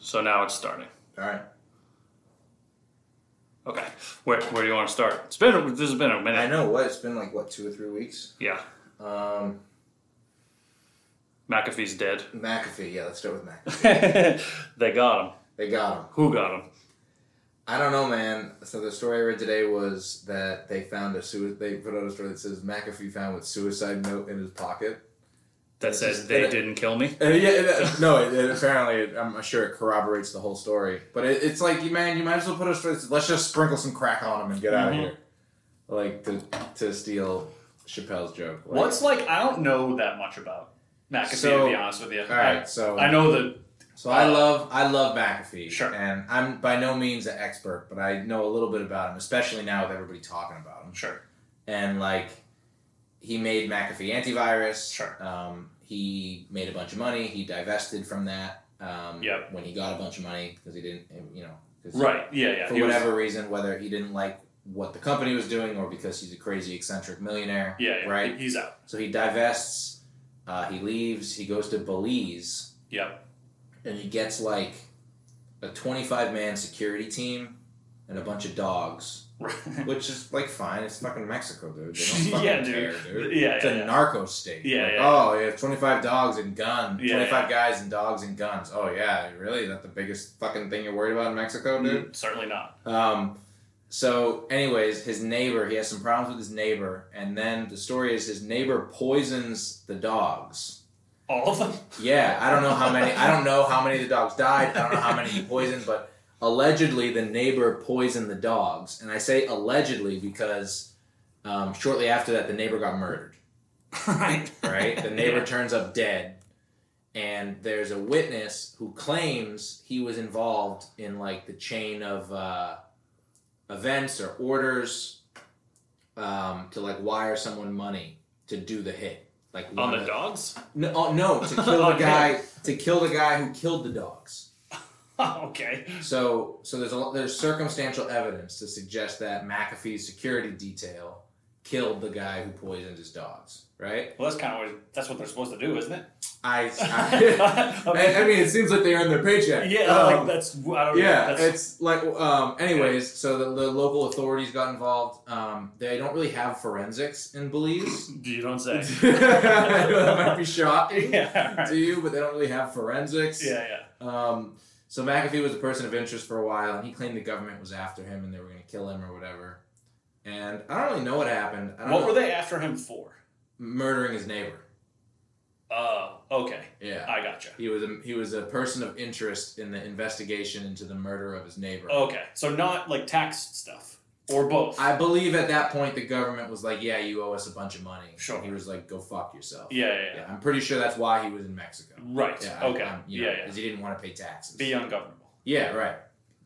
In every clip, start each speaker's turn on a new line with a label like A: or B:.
A: So now it's starting.
B: All right.
A: Okay. Where, where do you want to start? It's been a- this has been a minute.
B: I know what it's been like. What two or three weeks?
A: Yeah.
B: Um,
A: McAfee's dead.
B: McAfee. Yeah, let's start with McAfee.
A: they got him.
B: They got him.
A: Who got him?
B: I don't know, man. So the story I read today was that they found a suicide. They put out a story that says McAfee found with suicide note in his pocket.
A: That
B: It's
A: says
B: just-
A: they
B: it-
A: didn't kill me.
B: Uh, yeah, it- no. It, it- apparently, it, I'm sure it corroborates the whole story. But it, it's like, you man, you might as well put a story. that says, Let's just sprinkle some crack on him and get out of
A: Mhm.
B: here. Like to to steal Chappelle's joke. Like,
A: What's like? I don't know that much about McAfee.
B: So-
A: to be honest with you,
B: all right? So
A: I, I know that
B: So I love I love McAfee.
A: Uh, Sure.
B: And I'm by no means an expert, but I know a little bit about him, especially now with everybody talking about him.
A: Sure.
B: And like he made McAfee antivirus.
A: Sure.
B: Um, he made a bunch of money. He divested from that. Um,
A: Yep.
B: When he got a bunch of money because he didn't, you know, 'cause
A: Right. Yeah. Yeah.
B: for
A: he was-
B: whatever reason, whether he didn't like what the company was doing or because he's a crazy eccentric millionaire.
A: yeah. yeah,
B: Right.
A: he- He's out.
B: So he divests. Uh, he leaves. He goes to Belize
A: Yep.
B: and he gets like a 25 man security team and a bunch of dogs, which is like fine. It's fucking Mexico, dude. They don't fucking
A: Yeah, dude.
B: care, dude.
A: Yeah,
B: It's
A: yeah,
B: a
A: yeah.
B: narco state.
A: Yeah,
B: Like,
A: yeah,
B: Oh, yeah, 25 dogs and gun.
A: Yeah,
B: 25 guys and dogs and guns. Oh, yeah, really? Is that the biggest fucking thing you're worried about in Mexico, dude?
A: Mm, Certainly not.
B: Um, so, anyways, his neighbor, he has some problems with his neighbor, and then the story is his neighbor poisons the dogs.
A: All of them.
B: Yeah, I don't know how many. I don't know how many of the dogs died. I don't know how many he poisoned, but allegedly the neighbor poisoned the dogs. And I say allegedly because um, shortly after that, the neighbor got murdered.
A: right.
B: Right, the neighbor turns up dead, and there's a witness who claims he was involved in like the chain of uh, events or orders um, to like wire someone money to do the hit. Like
A: On
B: one
A: the
B: of-
A: dogs.
B: no, oh, no, to kill the
A: Okay.
B: guy to kill the guy who killed the dogs.
A: okay.
B: So so there's a lot, there's circumstantial evidence to suggest that McAfee's security detail killed the guy who poisoned his dogs. Right?
A: Well, that's kind of what that's what they're supposed to do, isn't it?
B: I I,
A: I mean,
B: I, I mean, it seems like they earned their paycheck.
A: yeah.
B: Um,
A: like that's. I don't know.
B: yeah,
A: That's,
B: it's like um. Anyways, so the, the local authorities got involved. Um, they don't really have forensics in Belize.
A: you don't say.
B: I know that might be shocking
A: yeah. right.
B: to you, but they don't really have forensics.
A: Yeah. Yeah.
B: Um, so McAfee was a person of interest for a while, and he claimed the government was after him and they were going to kill him or whatever. And I don't really know what happened. I don't
A: What
B: know,
A: were they after him for?
B: murdering his neighbor?
A: Oh, okay.
B: Yeah,
A: I gotcha.
B: he was a, he was a person of interest in the investigation into the murder of his neighbor.
A: Okay, so not like tax stuff or both.
B: I believe at that point the government was like, "Yeah, you owe us a bunch of money."
A: Sure.
B: And he was like, "Go fuck yourself."
A: yeah, yeah, yeah.
B: Yeah, I'm pretty sure that's why he was in Mexico.
A: Right.
B: Yeah,
A: okay.
B: I, I'm, you
A: yeah,
B: know,
A: yeah.
B: 'cause he didn't want to pay taxes.
A: Be ungovernable.
B: yeah, right.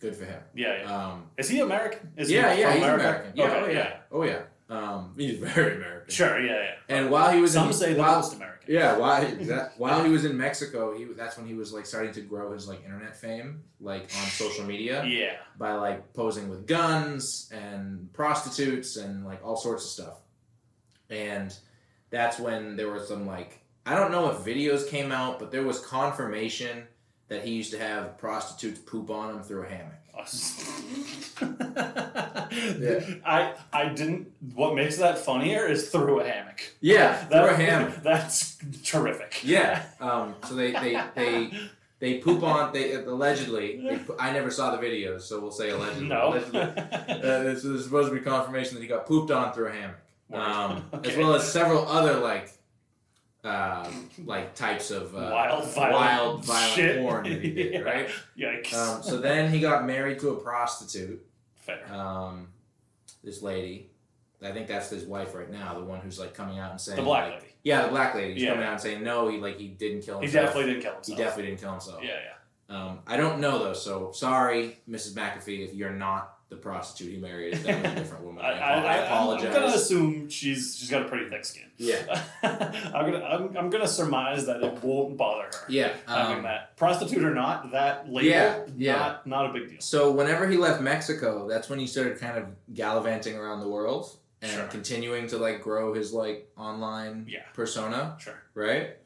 B: Good for him.
A: Yeah, yeah.
B: Um,
A: Is he American? Is
B: yeah,
A: he
B: yeah,
A: from
B: he's
A: America?
B: American. Yeah,
A: Okay,
B: oh yeah, oh yeah. Um, he's very American.
A: Sure. Yeah, yeah.
B: And while he was
A: Some
B: in,
A: say the
B: while,
A: most American.
B: yeah, while that, while he was in Mexico, he that's when he was like starting to grow his like internet fame, like on social media,
A: Yeah.
B: by like posing with guns and prostitutes and like all sorts of stuff. And that's when there were some like I don't know if videos came out, but there was confirmation that he used to have prostitutes poop on him through a hammock. Yeah.
A: I I didn't. What makes that funnier is through a hammock.
B: Yeah, through a
A: That-
B: hammock.
A: That's terrific.
B: Yeah. Um, so they they they they poop on they allegedly. They, po- I never saw the videos, so we'll say allegedly.
A: No.
B: Allegedly. Uh, this is supposed to be confirmation that he got pooped on through a hammock, um,
A: Word.
B: as well as several other like. Uh, like types of uh,
A: Wild, violent
B: wild, violent
A: shit.
B: porn that he did,
A: Yeah.
B: right?
A: Yikes.
B: Um, so then he got married to a prostitute,
A: Fair.
B: um, this lady. I think that's his wife right now, the one who's like coming out and saying,
A: the black
B: like-
A: lady.
B: yeah, the black lady. He's
A: Yeah.
B: coming out and saying, no, he like he didn't kill
A: He
B: himself.
A: definitely didn't kill
B: He
A: himself.
B: definitely didn't kill himself.
A: Yeah, yeah.
B: Um, I don't know though, so sorry, Mrs. McAfee, if you're not the prostitute he married. That was a different woman.
A: I,
B: I, apo- I apologize.
A: am gonna assume she's she's got a pretty thick skin.
B: Yeah.
A: I'm gonna I'm, I'm gonna surmise that it won't bother her.
B: yeah.
A: having
B: Um,
A: that prostitute or not, that label,
B: Yeah, yeah.
A: not not a big deal.
B: so whenever he left Mexico, that's when he started kind of gallivanting around the world and
A: Sure.
B: continuing to like grow his like online
A: Yeah.
B: persona,
A: Sure.
B: right?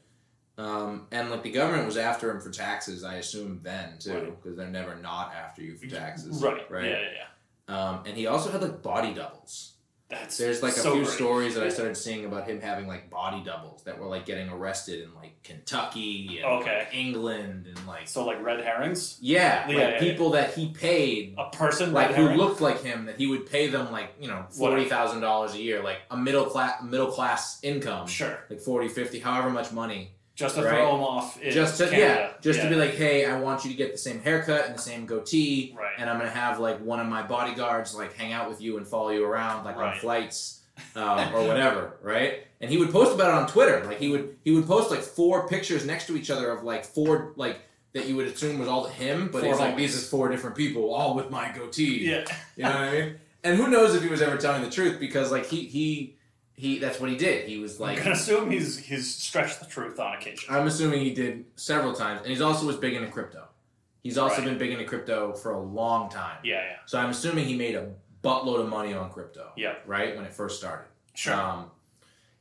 B: Um, and like the government was after him for taxes, I assume then too,
A: Right.
B: because they're never not after you for taxes,
A: Right.
B: Right.
A: Yeah, yeah, yeah.
B: Um, and he also had like body doubles.
A: That's
B: There's like a
A: so
B: few
A: great.
B: stories that I
A: Yeah.
B: started seeing about him having like body doubles that were like getting arrested in like Kentucky and
A: Okay.
B: like, England and like
A: So like red herrings,
B: yeah,
A: Yeah,
B: like
A: yeah,
B: people that he paid
A: a person
B: like
A: red
B: who
A: herring.
B: looked like him that he would pay them like you know forty thousand dollars a year like a middle class middle class income
A: sure,
B: like 40 50 however much money
A: just to
B: Right.
A: throw them off. In
B: just to yeah
A: Canada.
B: just to
A: Yeah.
B: be like hey I want you to get the same haircut and the same goatee
A: right.
B: and I'm gonna have like one of my bodyguards like hang out with you and follow you around like on
A: Right.
B: flights uh, or whatever, right? And he would post about it on Twitter. Like he would he would post like four pictures next to each other of like four like that you would assume was all him, but
A: Four
B: he's like
A: homies.
B: these is four different people all with my goatee.
A: yeah,
B: You know what I mean? And who knows if he was ever telling the truth because like he he he that's what he did. He was
A: I
B: like
A: can assume he's he's stretched the truth on occasion.
B: I'm assuming he did several times, and he's also was big into crypto. He's also
A: Right.
B: been big into crypto for a long time.
A: Yeah, yeah,
B: So I'm assuming he made a buttload of money on crypto.
A: Yep.
B: Right when it first started.
A: sure.
B: Um,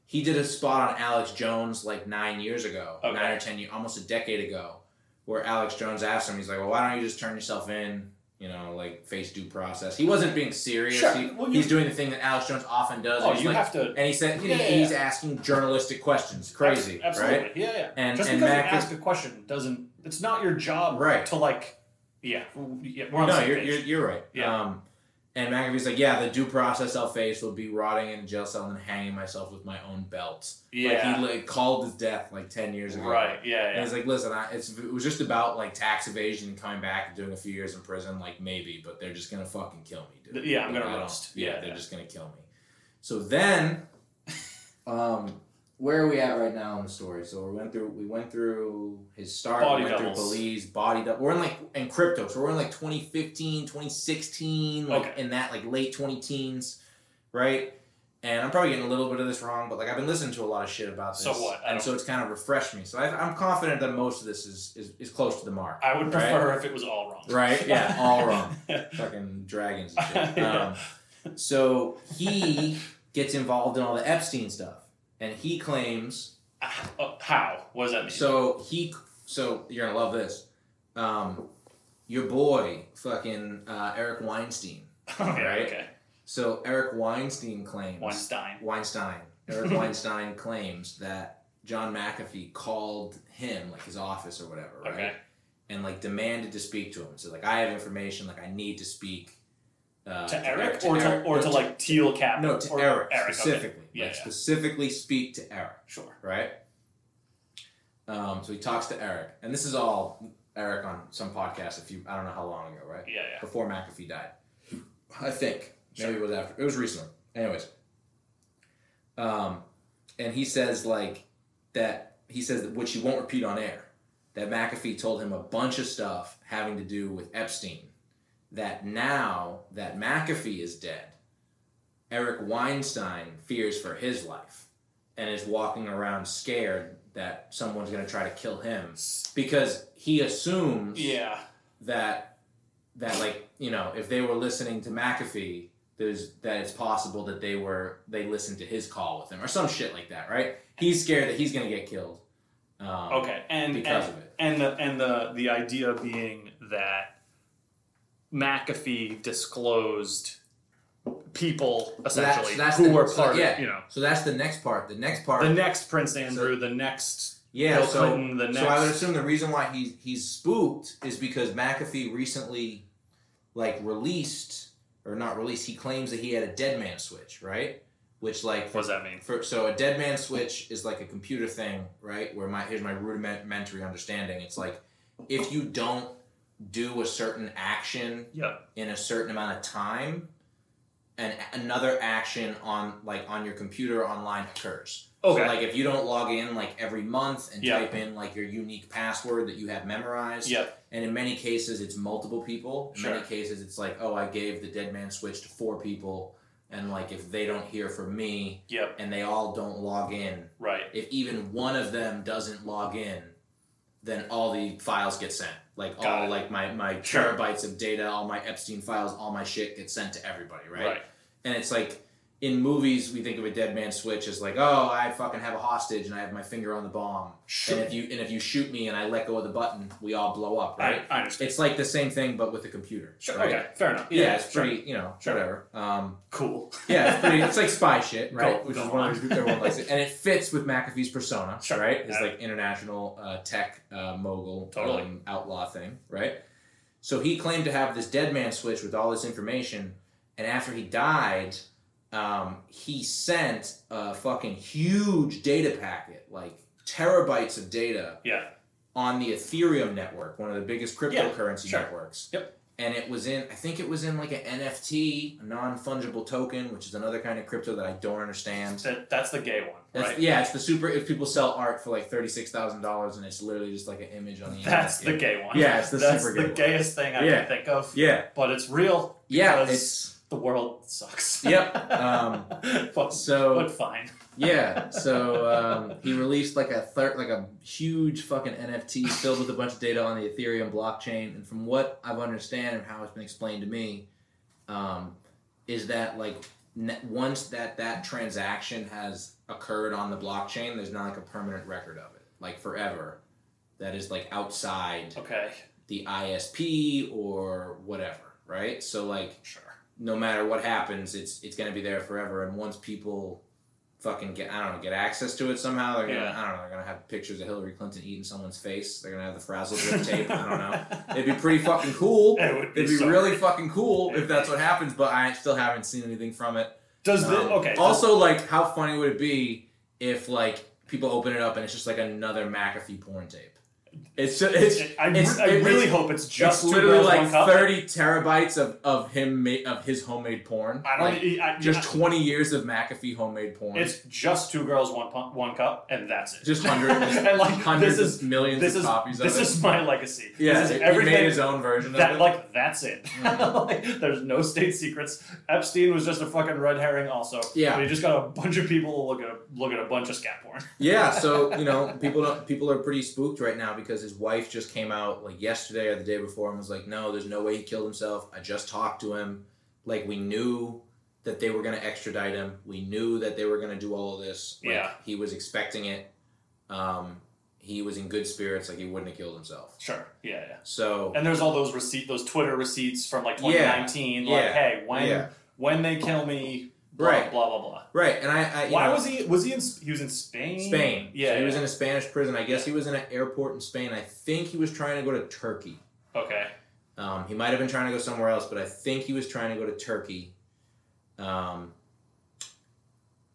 B: he did a spot on Alex Jones like nine years ago,
A: Okay.
B: nine or ten, years, almost a decade ago, where Alex Jones asked him, he's like, "Well, why don't you just turn yourself in?" You know, like face due process. He wasn't being serious.
A: Sure.
B: He,
A: Well, you-
B: he's doing the thing that Alex Jones often does.
A: oh,
B: he's
A: you
B: like-
A: have to
B: and he said he-
A: Yeah, yeah,
B: he's asking journalistic questions. Crazy,
A: absolutely.
B: right?
A: Yeah, yeah.
B: And
A: just
B: and
A: because
B: Mac
A: you
B: is-
A: ask a question doesn't it's not your job
B: Right.
A: to like yeah, w- yeah we're on the
B: no,
A: same
B: you're,
A: page.
B: you're you're right.
A: Yeah.
B: Um, and McAfee's like, yeah, the due process I'll face will be rotting in a jail cell and hanging myself with my own belt.
A: yeah
B: Like he like, called his death like ten years ago.
A: right yeah
B: And
A: yeah
B: he's like, listen, I, it's, it was just about like tax evasion and coming back and doing a few years in prison, like maybe, but they're just gonna fucking kill me, dude.
A: Th- yeah, I'm
B: Like,
A: gonna
B: I don't-
A: roast.
B: Yeah,
A: Yeah,
B: they're
A: yeah.
B: just gonna kill me. So then, um, where are we at right now in the story? So we went through, we went through his start,
A: Body
B: we went
A: doubles.
B: through Belize, body double. We're in like in crypto, so we're in like 2015, 2016, like
A: Okay.
B: in that like late 20 teens, right? and I'm probably getting a little bit of this wrong, but like I've been listening to a lot of shit about this,
A: So what? I
B: and
A: don't-
B: so it's kind of refreshed me. So I, I'm confident that most of this is is, is close to the mark,
A: I would
B: Right.
A: prefer if it was all wrong
B: right? Yeah, all wrong, fucking dragons and shit. Um,
A: Yeah.
B: so he gets involved in all the Epstein stuff, and he claims
A: Ah, oh, how what does that mean
B: so he, so you're gonna love this. Um, your boy, fucking uh, Eric Weinstein.
A: okay,
B: right.
A: okay
B: So Eric Weinstein claims
A: Weinstein
B: Weinstein, Eric Weinstein claims that John McAfee called him, like his office or whatever, right?
A: okay
B: And like demanded to speak to him. So like, I have information. Like, I need to speak uh,
A: to Eric or to
B: Eric-
A: or to like teal cap
B: no to
A: or
B: Eric,
A: okay.
B: specifically.
A: Yeah,
B: like,
A: yeah.
B: specifically speak to Eric,
A: sure
B: right? Um, so he talks to Eric, and this is all Eric on some podcast. If you, I don't know how long ago, right?
A: yeah yeah
B: before McAfee died. I think maybe it was after. It was recently. Anyways, um, and he says like that. He says that which he won't repeat on air. That McAfee told him a bunch of stuff having to do with Epstein. That now that McAfee is dead, Eric Weinstein fears for his life and is walking around scared that someone's going to try to kill him because he assumes
A: yeah
B: that that like you know if they were listening to McAfee, there's that it's possible that they were they listened to his call with him or some shit like that, right? He's scared that he's gonna get killed. Um,
A: okay and and,
B: because of it.
A: And the and the the idea being that McAfee disclosed people
B: So that-
A: essentially
B: so that's
A: who
B: the-
A: were
B: so
A: part
B: yeah.
A: of you know
B: So that's the next part. The next part.
A: the next Prince Andrew, the next
B: yeah.
A: Bill
B: so
A: Clinton, the next
B: so I would assume the reason why he's he's spooked is because McAfee recently, like released or not released, he claims that he had a dead man switch, right? Which like
A: what does that mean?
B: for, so a dead man switch is like a computer thing, right? Where my here's my rudimentary understanding. It's like if you don't do a certain action
A: Yeah.
B: in a certain amount of time, and another action on like on your computer online occurs.
A: Okay.
B: So like if you don't log in like every month and
A: Yeah.
B: type in like your unique password that you have memorized,
A: Yep.
B: and in many cases, it's multiple people. In many
A: Sure.
B: cases, it's like, oh, I gave the dead man switch to four people, and like if they don't hear from me,
A: Yep.
B: and they all don't log in,
A: Right.
B: if even one of them doesn't log in, then all the files get sent. Like
A: Got
B: all
A: it.
B: like my my
A: Sure.
B: terabytes of data, all my Epstein files, all my shit gets sent to everybody,
A: Right.
B: And it's like in movies we think of a dead man switch as like, oh, I fucking have a hostage and I have my finger on the bomb.
A: Sure.
B: And if you and if you shoot me and I let go of the button, we all blow up, right?
A: I, I understand.
B: It's like the same thing but with the computer.
A: Sure.
B: right?
A: Okay. Fair enough.
B: Yeah, it's
A: sure.
B: pretty, you know,
A: Sure.
B: whatever. Um,
A: cool.
B: yeah, it's pretty. It's like spy shit,
A: Go-
B: right? Which
A: go
B: is one of
A: on.
B: those everyone likes it, and it fits with McAfee's persona,
A: Sure.
B: right? It's
A: Yeah.
B: like international uh, tech uh, mogul,
A: Totally.
B: um, outlaw thing, right? So he claimed to have this dead man switch with all this information, and after he died, um, he sent a fucking huge data packet, like terabytes of data,
A: Yeah.
B: on the Ethereum network, one of the biggest
A: Yeah,
B: cryptocurrency
A: sure.
B: networks.
A: Yep.
B: And it was in, I think it was in like an NFT, a non fungible token, which is another kind of crypto that I don't understand.
A: That, that's the gay one,
B: That's,
A: right?
B: Yeah, it's the super. If people sell art for like thirty six thousand dollars, and it's literally just like an image on the internet.
A: That's the gay one.
B: Yeah, it's the
A: that's
B: super
A: the
B: gay one.
A: gayest thing I
B: Yeah.
A: can think of.
B: yeah,
A: But it's real.
B: yeah.
A: Because-
B: It's
A: The world sucks.
B: Yep, um,
A: but,
B: so
A: but fine.
B: yeah. So um, he released like a thir- like a huge fucking NFT filled with a bunch of data on the Ethereum blockchain, and from what I've understand and how it's been explained to me, um, is that like ne- once that that transaction has occurred on the blockchain, there's not like a permanent record of it, like forever. That is like outside
A: Okay.
B: the ISP or whatever, right? So like
A: Sure.
B: no matter what happens, it's it's gonna be there forever. And once people fucking get I don't know get access to it somehow, they're gonna
A: Yeah.
B: I don't know they're gonna have pictures of Hillary Clinton eating someone's face. They're gonna have the frazzled red tape. I don't know. It'd be pretty fucking cool.
A: It would be,
B: It'd be
A: so-
B: really fucking cool if that's what happens. But I still haven't seen anything from it.
A: Does this
B: Um,
A: okay? does-
B: Also, like, how funny would it be if like people open it up and it's just like another McAfee porn tape? It's just, it's
A: I,
B: it's-
A: I
B: it-
A: really
B: it's-
A: hope it's
B: just
A: just two
B: literally
A: girls,
B: like
A: one cup.
B: thirty terabytes of of him ma- of his homemade porn.
A: I don't. e,
B: Like,
A: I,
B: just twenty years of McAfee homemade porn.
A: It's just two girls, one pu- one cup, and that's it.
B: just hundreds,
A: and like
B: hundreds
A: this is
B: of millions
A: this
B: of
A: is
B: copies
A: this
B: of
A: is
B: it.
A: my legacy.
B: yeah,
A: this is
B: he
A: everything.
B: made his own version
A: that
B: of it.
A: like that's it.
B: Mhm.
A: like, there's no state secrets. Epstein was just a fucking red herring, also.
B: Yeah.
A: but he just got a bunch of people to look at a, look at a bunch of scat porn.
B: yeah, so you know, people don't people are pretty spooked right now because his wife just came out like yesterday or the day before and was like, "No, there's no way he killed himself. I just talked to him. Like we knew that they were going to extradite him. We knew that they were going to do all of this. Like,
A: Yeah.
B: he was expecting it. Um, he was in good spirits. Like he wouldn't have killed himself.
A: Sure. Yeah. yeah.
B: So
A: And there's all those receipt, those Twitter receipts from like
B: Yeah.
A: 2019. Like,
B: Yeah.
A: hey, when
B: Yeah.
A: when they kill me, blah,
B: Right.
A: Blah blah blah.
B: right, and I, I you
A: Why
B: know,
A: was he? Was he in? Sp- He was in Spain.
B: Spain?
A: Yeah.
B: So he
A: yeah.
B: was in a Spanish prison. I guess he was in an airport in Spain. I think he was trying to go to Turkey.
A: okay.
B: Um, he might have been trying to go somewhere else, but I think he was trying to go to Turkey. Um,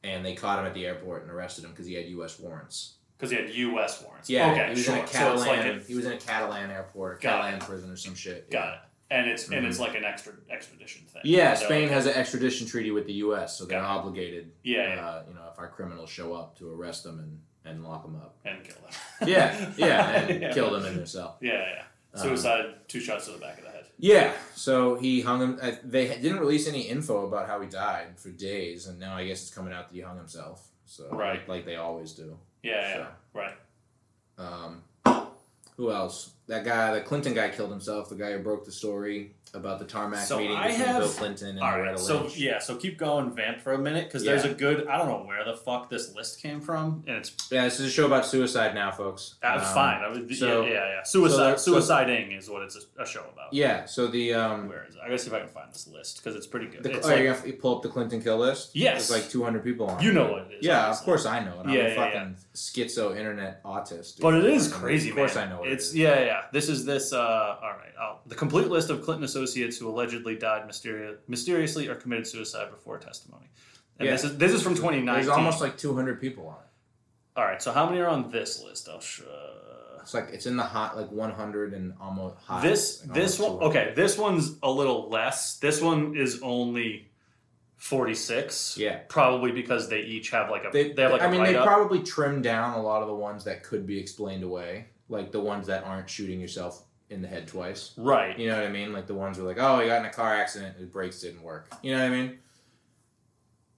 B: and they caught him at the airport and arrested him because he had U.S. warrants.
A: Because he had U.S. warrants.
B: Yeah,
A: Okay.
B: he was
A: sure.
B: in a
A: so it's
B: Catalan.
A: like it,
B: he was in a Catalan airport, or
A: Got
B: Catalan prison, or some shit.
A: got it, and it's and it's
B: Mhm.
A: like an extra extradition thing.
B: Yeah,
A: So-
B: Spain has an extradition treaty with the U.S., so they're
A: Got
B: obligated.
A: Yeah,
B: Uh, you know, if our criminals show up, to arrest them and, and lock them up.
A: yeah, and kill them.
B: Yeah, yeah, and
A: Yeah.
B: kill them in their cell.
A: Yeah, yeah.
B: Um,
A: Suicide, two shots to the back of the head.
B: Yeah, so he hung him. I, they didn't release any info about how he died for days, and now I guess it's coming out that he hung himself. So
A: Right.
B: like, like they always do.
A: Yeah, yeah,
B: So,
A: right.
B: Um, who else? That guy, the Clinton guy, killed himself. The guy who broke the story about the tarmac
A: So
B: meeting
A: I
B: between
A: have-
B: Bill Clinton and
A: All right,
B: Loretta
A: so
B: Lynch.
A: yeah, so keep going, vamp for a minute, because there's a good. I don't know where the fuck this list came from, and it's
B: Yeah, this is a show about suicide now, folks.
A: that's
B: Um,
A: fine. I was,
B: so-
A: yeah, yeah, yeah. Suicide,
B: so-
A: suiciding is what it's a, a show about.
B: Yeah, so the um,
A: Where is it? I gotta see if I can find this list because it's pretty good.
B: the,
A: it's
B: oh,
A: like,
B: you have to pull up the Clinton kill list.
A: Yes.
B: there's like 200 people on.
A: you
B: it.
A: know what it is.
B: Yeah,
A: obviously.
B: of course I know it. I'm
A: Yeah,
B: a
A: yeah,
B: fucking schizo internet autist. dude.
A: But it
B: I
A: is
B: mean,
A: crazy,
B: Of course
A: man.
B: I know what
A: it's
B: it is.
A: yeah, yeah. This is this. Uh, all right, I'll- the complete list of Clinton associates who allegedly died mysteri- mysteriously or committed suicide before testimony. And
B: Yeah.
A: this is this is from 2019.
B: There's almost like 200 people on it.
A: all right. So how many are on this list? I'll sh- uh,
B: It's like it's in the hot like 100 and almost hot.
A: this
B: like
A: this one.
B: almost 200.
A: Okay, this one's a little less. This one is only 46.
B: Yeah.
A: Probably because they each have like a
B: They,
A: they, have like
B: I
A: a
B: mean,
A: write
B: they
A: up.
B: probably trimmed down a lot of the ones that could be explained away, like the ones that aren't shooting yourself in the head twice.
A: right.
B: You know what I mean? Like the ones where like, oh, he got in a car accident, his brakes didn't work. You know what I mean?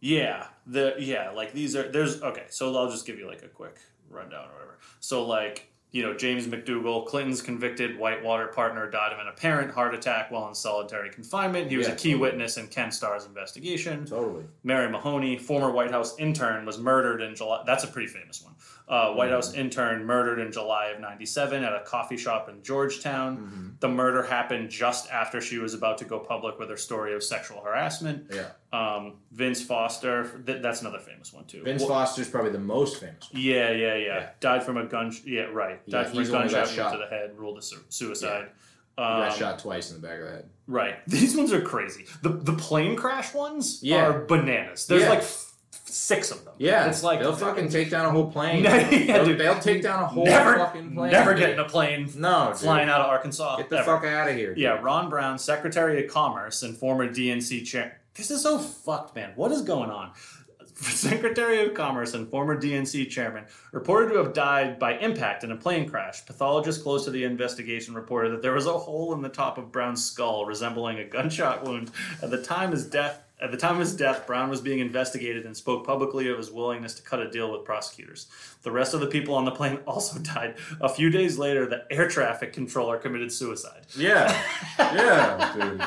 A: Yeah, the yeah, like these are there's okay. So I'll just give you like a quick rundown or whatever. So like you know, James McDougal, Clinton's convicted Whitewater partner, died of an apparent heart attack while in solitary confinement. He was
B: Yeah.
A: a key witness in Ken Starr's investigation.
B: Totally.
A: Mary Mahoney, former White House intern, was murdered in July. That's a pretty famous one. Uh, White House intern murdered in July of 97 at a coffee shop in Georgetown. The murder happened just after she was about to go public with her story of sexual harassment.
B: Yeah.
A: Um, Vince Foster, th- that's another famous one, too.
B: Vince
A: Wh-
B: Foster's probably the most famous one.
A: yeah, yeah, yeah,
B: Yeah.
A: Died from a gun. Yeah, right.
B: Yeah,
A: Died from a
B: he's the one who got
A: gunshot wound
B: shot.
A: to the head. Ruled a su- suicide.
B: He
A: Um,
B: got shot twice in the back of the head.
A: Right. These ones are crazy. The the plane crash ones
B: Yeah.
A: are bananas. There's
B: Yeah.
A: like f- six of them.
B: Yeah,
A: It's like
B: they'll fucking take down a whole plane.
A: Yeah,
B: they'll,
A: dude.
B: they'll take down a whole
A: never
B: fucking plane.
A: never
B: dude.
A: get in a plane
B: no dude.
A: flying out of Arkansas.
B: Get the
A: ever.
B: fuck out of here. dude.
A: Yeah, Ron Brown, Secretary of Commerce and former DNC chair. This is so fucked, man. What is going on? Secretary of Commerce and former DNC chairman reported to have died by impact in a plane crash. Pathologists close to the investigation reported that there was a hole in the top of Brown's skull resembling a gunshot wound. At the time of his death, at the time of his death, Brown was being investigated and spoke publicly of his willingness to cut a deal with prosecutors. The rest of the people on the plane also died. A few days later, the air traffic controller committed suicide.
B: Yeah. Yeah, dude.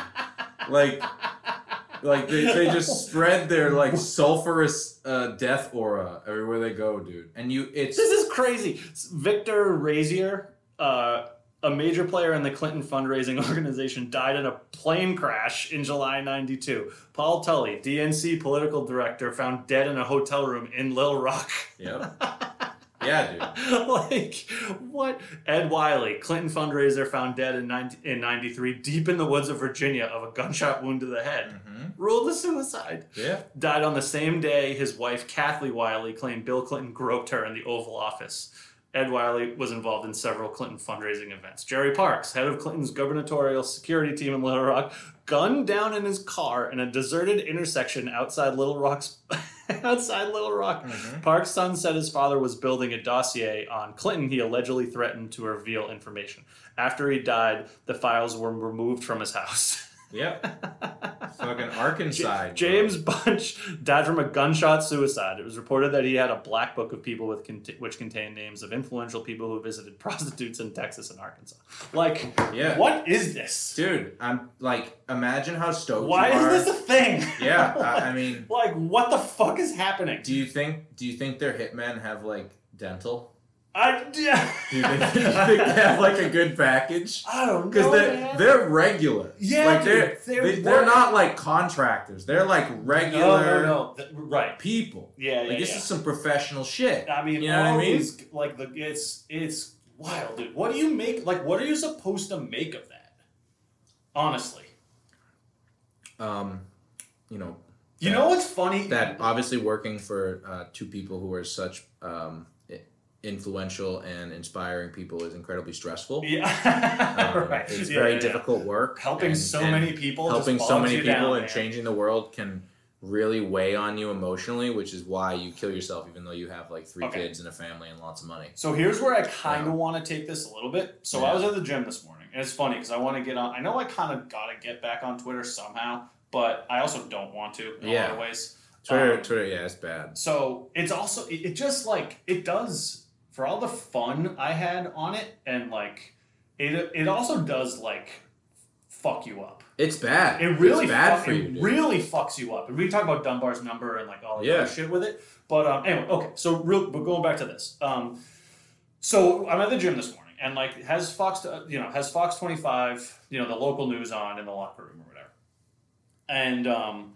B: Like like they, they just spread their like sulfurous uh, death aura everywhere they go, dude. And you it's
A: This is crazy. Victor Razier, uh, a major player in the Clinton fundraising organization, died in a plane crash in July 92. Paul Tully, DNC political director, found dead in a hotel room in Little Rock.
B: Yep. Yeah, dude.
A: like, what? Ed Wiley, Clinton fundraiser, found dead in, 90, in 93, deep in the woods of Virginia, of a gunshot wound to the head.
B: Mhm.
A: Ruled a suicide.
B: Yeah.
A: Died on the same day his wife, Kathleen Wiley, claimed Bill Clinton groped her in the Oval Office. Ed Wiley was involved in several Clinton fundraising events. Jerry Parks, head of Clinton's gubernatorial security team in Little Rock, gunned down in his car in a deserted intersection outside Little Rock's outside Little Rock.
B: Mhm.
A: Parks' son said his father was building a dossier on Clinton he allegedly threatened to reveal information. After he died, the files were removed from his house.
B: Yep. Fucking Arkansas.
A: James Bunch died from a gunshot suicide. It was reported that he had a black book of people with cont- which contained names of influential people who visited prostitutes in Texas and Arkansas. Like,
B: Yeah.
A: what is this?
B: Dude, I'm like imagine how stoked
A: Why
B: you
A: is
B: are.
A: this a thing?
B: Yeah, I, I mean,
A: like, what the fuck is happening?
B: do you think do you think their hitmen have like dental?
A: I, yeah.
B: Do you think, do you think they have like a good package?
A: I don't know.
B: Because they're
A: man.
B: they're regular.
A: Oh, Yeah,
B: like
A: dude,
B: they're
A: they're
B: they, they're
A: work-
B: not like contractors. They're like
A: no,
B: regular
A: no, no. Th- right.
B: people.
A: Yeah, yeah.
B: Like this
A: yeah.
B: is some professional shit.
A: I mean,
B: you know what I
A: all
B: mean?
A: these- like the it's it's wild, dude. What do you make? Like, what are you supposed to make of that? Honestly,
B: Um, you know
A: you
B: Yeah.
A: know what's funny?
B: that obviously working for uh, two people who are such um, i- influential and inspiring people is incredibly stressful.
A: yeah,
B: Um,
A: right.
B: It's
A: Yeah,
B: very
A: yeah, yeah.
B: difficult work.
A: Helping
B: and-
A: so
B: and
A: many people, just
B: helping so
A: bogs
B: many
A: you
B: people
A: down,
B: and
A: man.
B: changing the world can really weigh on you emotionally, which is why you kill yourself, even though you have like three
A: Okay. Um,
B: kids and a family and lots of money.
A: So here's where I kind of
B: Yeah.
A: want to take this a little bit. So
B: Yeah.
A: I was at the gym this morning, and it's funny because I want to get on. I know I kind of got to get back on Twitter somehow, but I also don't want to in a lot
B: Yeah.
A: of ways.
B: Twitter,
A: Um,
B: Twitter, yeah, it's bad.
A: So it's also it, it just like it does for all the fun I had on it, and like it it also does like fuck you up.
B: It's bad.
A: It really
B: it's bad
A: fuck-
B: for
A: it
B: you. Dude.
A: really fucks you up. And we talk about Dunbar's number and like all that
B: Yeah.
A: other shit with it. But um, anyway, okay. So real, but going back to this. Um, so I'm at the gym this morning, and like has Fox, uh, you know, has Fox 25, you know, the local news on in the locker room or whatever. And um,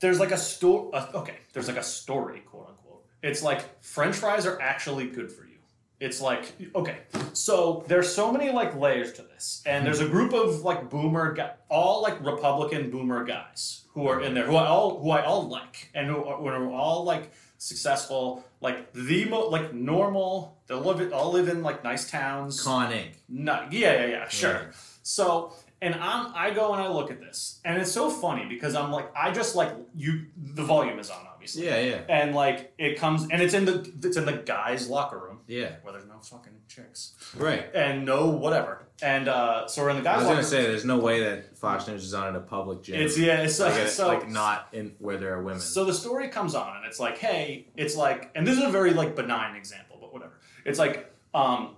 A: there's like a story. Uh, okay, there's like a story, quote unquote. It's like French fries are actually good for you. It's like okay, so there's so many like layers to this, and there's a group of like boomer, gu- all like Republican boomer guys who are in there, who I all who I all like, and who are, who are all like successful, like the mo- like normal. They live in- all live in like nice towns.
B: Con Inc.
A: No, yeah, yeah, yeah, sure.
B: Yeah.
A: So, and I'm I go and I look at this, and it's so funny because I'm like I just like you. The volume is on, obviously,
B: Yeah, yeah,
A: and like it comes and it's in the it's in the guys' locker room
B: yeah.
A: where there's no fucking chicks
B: Right.
A: and no whatever, and uh, so we're in the
B: I
A: guys'
B: was
A: locker
B: gonna
A: room.
B: say, there's no way that Fox News is on at a public gym.
A: it's yeah, it's uh,
B: like, a-
A: so
B: like not in where there are women.
A: So the story comes on, and it's like, hey, it's like, and this is a very like benign example, but whatever. It's like, um,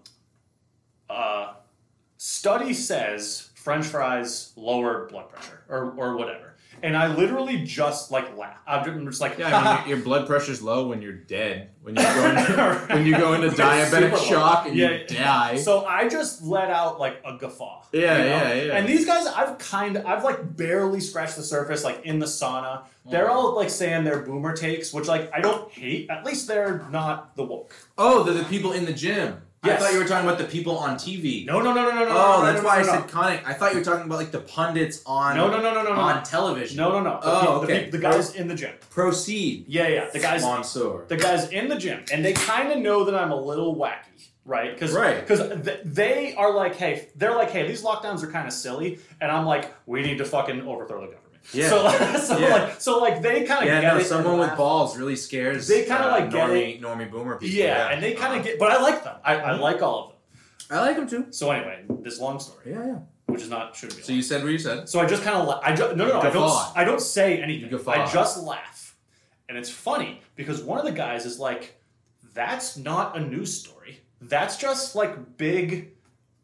A: uh, study says French fries lower blood pressure or or whatever, and I literally just like laugh. I'm just like,
B: Yeah, I mean, your, your blood pressure's low when you're dead. When you go into, when you go into
A: It's
B: diabetic
A: super low.
B: shock and
A: Yeah,
B: you die.
A: So I just let out like a guffaw.
B: Yeah, yeah, yeah.
A: And these guys, I've kind of, I've like barely scratched the surface, like in the sauna.
B: Mm.
A: They're all like saying their boomer takes, which like I don't hate. At least they're not the woke.
C: Oh, they're the people in the gym.
A: Yes.
C: I thought you were talking about the people on TV.
A: No, no, no, no, no, no.
C: Oh,
A: no,
C: that's
A: no,
C: why
A: no,
C: I
A: no,
C: said conic. I thought you were talking about like the pundits on
A: No, no, no, no, no, no.
C: on television.
A: No, no, no. The
C: Oh,
A: people- the,
C: okay.
A: peop- the guys in the gym.
C: Proceed.
A: Yeah, yeah. The guys,
C: Monsieur.
A: the guys in the gym, and they kind of know that I'm a little wacky, right? Because
C: Right.
A: th- they are like, hey, they're like, hey, these lockdowns are kind of silly, and I'm like, we need to fucking overthrow the government.
C: Yeah.
A: So, so
C: Yeah.
A: like, so like they kind of
C: yeah,
A: get
C: no,
A: it
C: someone
A: and
C: with
A: laugh.
C: balls really scares.
A: They kinda,
C: uh,
A: like, get
C: normie, normie boomer people. Uh-huh. Mm-hmm.
A: Yeah, and they kind of get, but I like them. I, I like all of them.
C: I like them too.
A: So anyway, this long story,
C: Yeah, yeah.
A: which is not shouldn't be.
B: so
A: long.
B: you said what you said.
A: so I just kind of la- I ju- no no no I don't
B: Guffaw.
A: s- I don't say anything.
B: You guffaw.
A: I just laugh, and it's funny because one of the guys is like, "That's not a news story. That's just like big."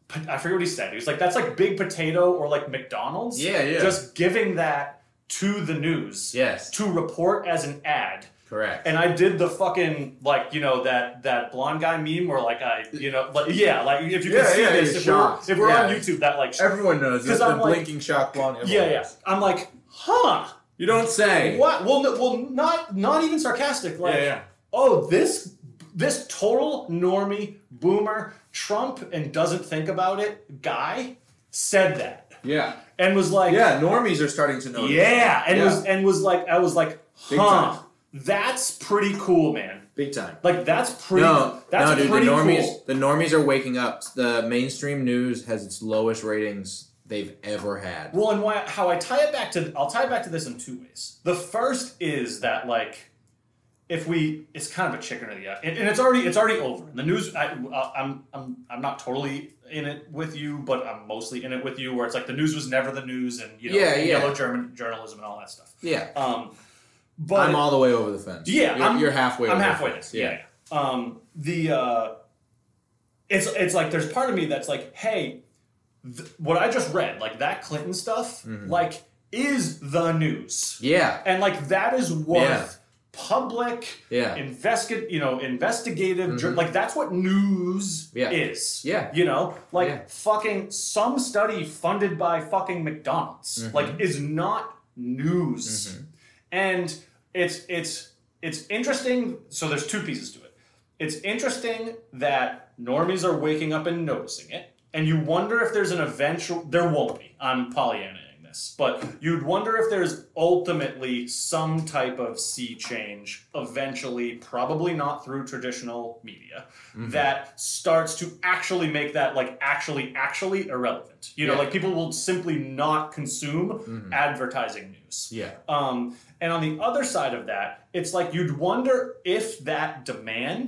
A: po- I forget what he said. He was like, "That's like big potato or like McDonald's."
B: Yeah, yeah.
A: Just giving that to the news
B: Yes,
A: to report as an ad.
B: correct.
A: And I did the fucking like you know that that blonde guy meme where like I you know like yeah like if you
B: Yeah,
A: can see
B: yeah,
A: this
B: you're
A: if we're,
B: shocked.
A: if we're on
B: Yeah.
A: YouTube that like sh-
B: Everyone knows
A: 'Cause
B: it's the
A: I'm like-
B: blinking shock blonde.
A: yeah yeah I'm like huh
B: You don't say.
A: what well no, well not not even sarcastic like
B: Yeah, yeah.
A: oh this this total normie boomer Trump and doesn't think about it guy said that
B: Yeah,
A: and was like
B: yeah. Normies are starting to notice.
A: yeah and
B: Yeah.
A: was and was like I was like
B: Big
A: huh
B: time.
A: that's pretty cool man
C: Big time.
A: like that's pretty
B: no,
A: that's
B: no, dude.
A: pretty
B: the normies,
A: cool.
B: the normies are waking up. The mainstream news has its lowest ratings they've ever had.
A: Well, and why, how I tie it back to I'll tie it back to this in two ways. The first is that like if we it's kind of a chicken or the egg, and, and it's already it's already over. The news I, I, I'm I'm I'm not totally in it with you, but I'm mostly in it with you. Where it's like the news was never the news, and you know
B: Yeah, yeah.
A: yellow German journalism and all that stuff.
B: Yeah,
A: Um, but
B: I'm all the way over the fence.
A: Yeah,
B: you're,
A: I'm-
B: you're halfway.
A: I'm
B: over
A: halfway
B: the
A: there.
B: fence.
A: Yeah. yeah. Um, the uh, it's it's like there's part of me that's like, hey, th- what I just read, like that Clinton stuff, like is the news,
B: yeah,
A: and like that is worth
B: Yeah.
A: public
B: yeah, yeah.
A: investigate, you know, investigative, jour-
B: Mhm.
A: like that's what news
B: Yeah.
A: is.
B: Yeah.
A: You know, like
B: Yeah.
A: fucking some study funded by fucking McDonald's,
B: Mm-hmm.
A: like is not news. And it's it's it's interesting. So there's two pieces to it. It's interesting that normies are waking up and noticing it, and you wonder if there's an eventual. There won't be. I'm Pollyannaing this, but you'd wonder if there's ultimately some type of sea change eventually, probably not through traditional media, that starts to actually make that like actually actually irrelevant. You know,
B: Yeah.
A: like people will simply not consume advertising news. Um, and on the other side of that, it's like you'd wonder if that demand,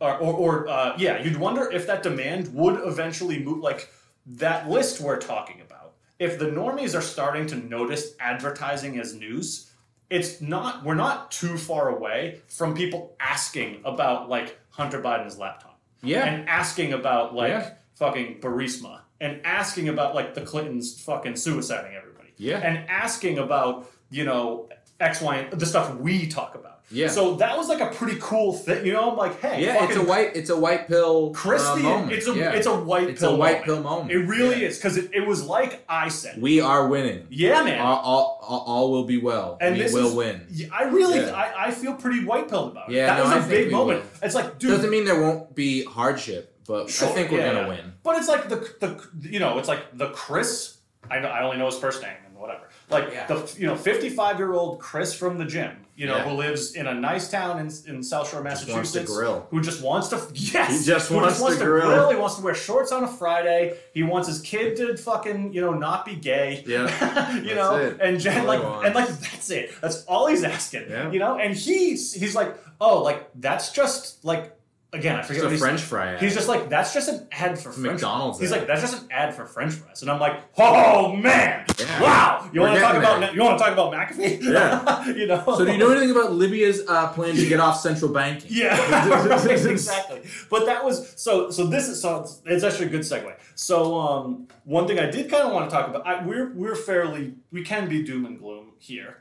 A: or, or, or uh, yeah, you'd wonder if that demand would eventually move, like that list we're talking about. If the normies are starting to notice advertising as news, it's not, we're not too far away from people asking about like Hunter Biden's laptop
B: Yeah.
A: and asking about like
B: Yeah.
A: fucking Burisma and asking about like the Clintons fucking suiciding everybody.
B: Yeah.
A: And asking about, you know, X, Y, and the stuff we talk about.
B: Yeah.
A: So that was like a pretty cool thing. You know, I'm like, hey,
B: Yeah, it's a
A: fucking
B: white, it's a white pill. uh,
A: Christian,
B: moment.
A: it's a
B: Yeah.
A: it's a white
B: It's a
A: pill
B: white pill moment.
A: It really
B: Yeah.
A: is, because it, it was like I said.
B: We are winning.
A: yeah, man.
B: All, all, all, all will be well.
A: and
B: we
A: this
B: will
A: is-
B: win.
A: Yeah, I really
B: Yeah.
A: I, I feel pretty white pilled about it.
B: Yeah,
A: that
B: no,
A: was a
B: I think
A: big
B: we
A: moment.
B: will.
A: It's like, dude,
B: Doesn't mean there won't be hardship, but I
A: Sure,
B: think we're
A: yeah,
B: gonna
A: yeah.
B: win.
A: But it's like the the you know it's like the Chris. I know I only know his first name and whatever. Like
B: Yeah.
A: the you know fifty five year old Chris from the gym. You know
B: Yeah.
A: who lives in a nice town in, in South Shore,
B: wants to
A: Massachusetts.
B: grill.
A: Who just wants to yes.
B: He just
A: who
B: wants to grill.
A: He wants to wear shorts on a Friday. He wants his kid to fucking you know not be gay.
B: Yeah.
A: you
B: That's
A: know
B: it.
A: and
B: That's
A: Jen
B: all
A: like
B: he wants.
A: and like that's it. That's all he's asking.
B: Yeah.
A: You know and he's he's like oh like that's just like again, I
C: It's
A: forget what
C: a
A: he's
C: French fry.
A: He's just like, that's just an ad for French
C: McDonald's
A: Fries. He's
C: ad.
A: like, that's just an ad for French fries, and I'm like, oh man,
B: Yeah.
A: wow. You
B: We're
A: want to talk
B: getting
A: about
B: there.
A: you want to talk about McAfee?
C: Yeah.
A: you know.
B: So do you know anything about Libya's uh, plan to get off central banking?
A: Yeah, right, exactly. But that was so. So this is so it's, it's actually a good segue. So um, one thing I did kind of want to talk about. I, we're we're fairly we can be doom and gloom here,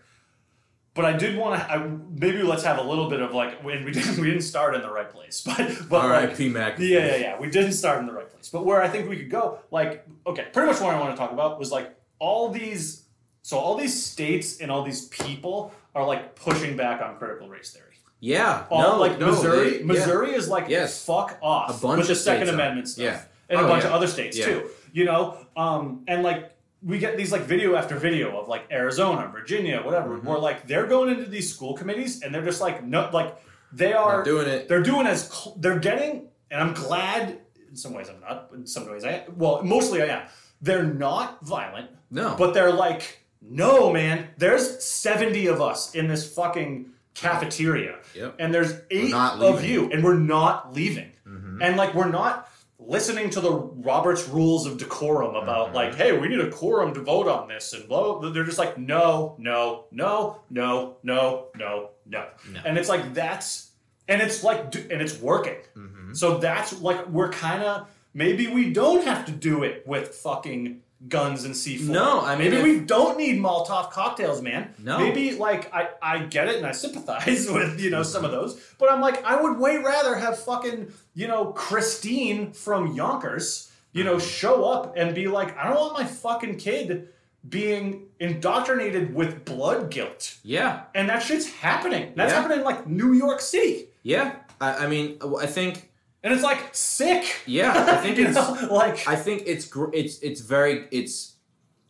A: but I did want to maybe let's have a little bit of like when we didn't we didn't start in the right place, but but like,
B: R.I.P. Mac.
A: yeah, yeah, yeah. We didn't start in the right place. But where I think we could go, like, okay, pretty much what I want to talk about was like all these, so all these states and all these people are like pushing back on critical race theory.
B: Yeah.
A: All,
B: no,
A: like
B: no,
A: Missouri,
B: they- yeah.
A: Missouri is like
B: Yes.
A: fuck off
B: A bunch
A: with the
B: of
A: Second
B: states are.
A: Amendment stuff,
B: Yeah.
A: and a
B: Oh,
A: bunch
B: yeah.
A: of other states
B: Yeah.
A: too. You know, um, and like we get these like video after video of like Arizona, Virginia, whatever,
B: Mm-hmm.
A: where like they're going into these school committees and they're just like no, like they
B: Not
A: are
B: doing it.
A: they're doing as cl- they're getting and i'm glad in some ways i'm not but in some ways i well mostly i am they're not violent
B: No.
A: but they're like no man there's 70 of us in this fucking cafeteria
B: Yep.
A: and there's eight
B: not
A: of
B: leaving.
A: you and we're not leaving
B: Mm-hmm.
A: Mm-hmm. and like we're not listening to the roberts rules of decorum about like hey we need a quorum to vote on this and blah, blah, blah. they're just like no no no no no no no
B: No.
A: and it's like that's and it's like d- and it's working
B: Mm-hmm.
A: so that's like we're kind of maybe we don't have to do it with fucking guns and c4
B: No, I mean,
A: maybe
B: if-
A: we don't need molotov cocktails man
B: No.
A: maybe like i i get it and i sympathize with you know some of those but i'm like i would way rather have fucking you know christine from yonkers you
B: Mm-hmm.
A: know show up and be like i don't want my fucking kid being indoctrinated with blood guilt
B: yeah.
A: and that shit's happening. That's
B: Yeah.
A: happening in like New York City,
B: Yeah. I, I mean, I think.
A: and it's like sick.
B: Yeah. I think
A: you
B: it's.
A: know? like
B: I think it's gr- it's it's very it's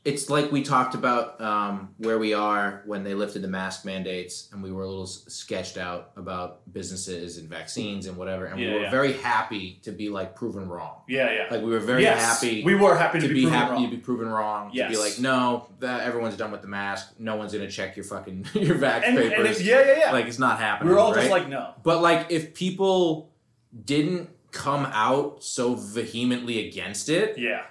B: it's like we talked about um, where we are when they lifted the mask mandates and we were a little s- sketched out about businesses and vaccines and whatever and
A: Yeah,
B: we were
A: yeah.
B: very happy to be like proven wrong
A: yeah, yeah.
B: like we were very
A: yes,
B: happy
A: We were happy to,
B: to
A: be,
B: be
A: proven
B: happy
A: wrong.
B: to be proven wrong to
A: Yes.
B: be like no that, everyone's done with the mask no one's gonna check your fucking your vax
A: and,
B: papers
A: and it's, yeah, yeah, yeah.
B: like it's not happening
A: we were all
B: right?
A: just like no.
B: But like, if people didn't come out so vehemently against it,
A: Yeah,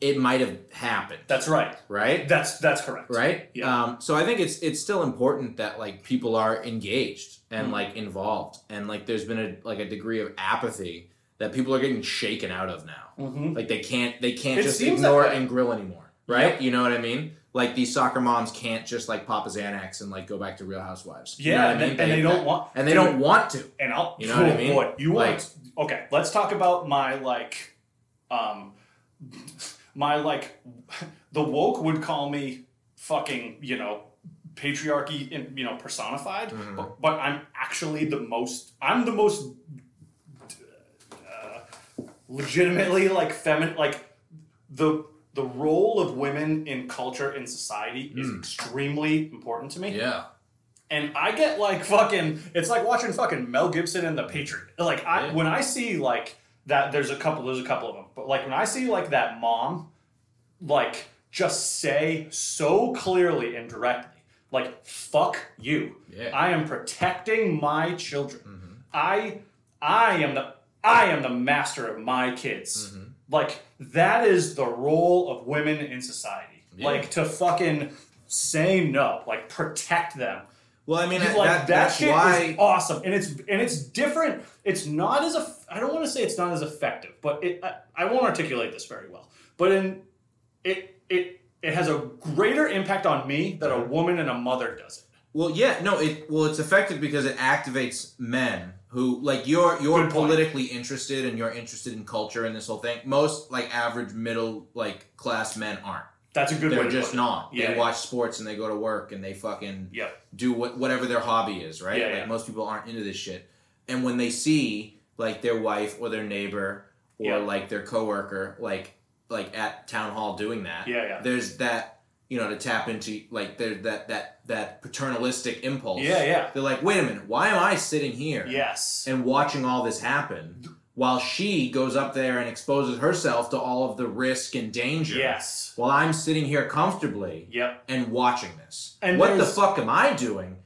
B: it might have happened,
A: that's right.
B: right?
A: That's that's correct.
B: Right.
A: Yeah.
B: Um, so I think it's it's still important that like people are engaged and
A: Mhm.
B: like involved, and like there's been a like a degree of apathy that people are getting shaken out of now.
A: Mm-hmm.
B: Like they can't they can't
A: It
B: just
A: seems
B: ignore
A: that way.
B: and grill anymore, right? You know what I mean? Like these soccer moms can't just like pop a Xanax and like go back to Real Housewives.
A: Yeah,
B: You know what
A: and,
B: I mean?
A: they, and they don't want
B: and they
A: Dude,
B: don't want to.
A: and I'll
B: You know what I
A: oh,
B: mean?
A: boy, you
B: Like-
A: want okay? Let's talk about my like, um, my like, the woke would call me fucking you know patriarchy in, you know personified,
B: Mm-hmm.
A: but, but I'm actually the most I'm the most uh, legitimately like feminine like the the role of women in culture and society is
B: Mm.
A: extremely important to me
B: Yeah.
A: and I get like fucking. It's like watching fucking Mel Gibson and The Patriot. Like I
B: Yeah.
A: when I see like that, there's a couple. There's a couple of them, but like when I see like that mom, like just say so clearly and directly, like fuck you.
B: Yeah. Mm-hmm.
A: I am protecting my children. I I am the I am the master of my kids.
B: Mm-hmm.
A: Like that is the role of women in society.
B: Yeah.
A: Like to fucking say no, like protect them.
B: Well, I mean,
A: Dude,
B: I-
A: like
B: that,
A: that,
B: that's
A: shit
B: why.
A: is awesome, and it's and it's different. It's not as eff- I don't want to say it's not as effective, but it I, I won't articulate this very well. But in it it it has a greater impact on me that a woman and a mother does it.
B: well, yeah, no, it well, it's effective because it activates men who like you're you're
A: Good point.
B: politically interested and you're interested in culture and this whole thing. Most like average middle like class men aren't.
A: That's a good way.
B: They're
A: to
B: just
A: put
B: not.
A: Yeah,
B: they
A: yeah.
B: watch sports and they go to work and they fucking
A: It. Yeah,
B: do what whatever their hobby is, right?
A: Yeah,
B: like
A: yeah.
B: most people aren't into this shit. And when they see like their wife or their neighbor or
A: Yeah.
B: like their coworker like like at town hall doing that,
A: Yeah, yeah.
B: there's that you know to tap into like there that that that paternalistic impulse.
A: yeah, yeah.
B: They're like, wait a minute, why am I sitting here
A: Yes.
B: and watching all this happen? While she goes up there and exposes herself to all of the risk and danger,
A: Yes.
B: while I'm sitting here comfortably,
A: Yep.
B: and watching this.
A: And
B: what the
A: there's-
B: fuck am I doing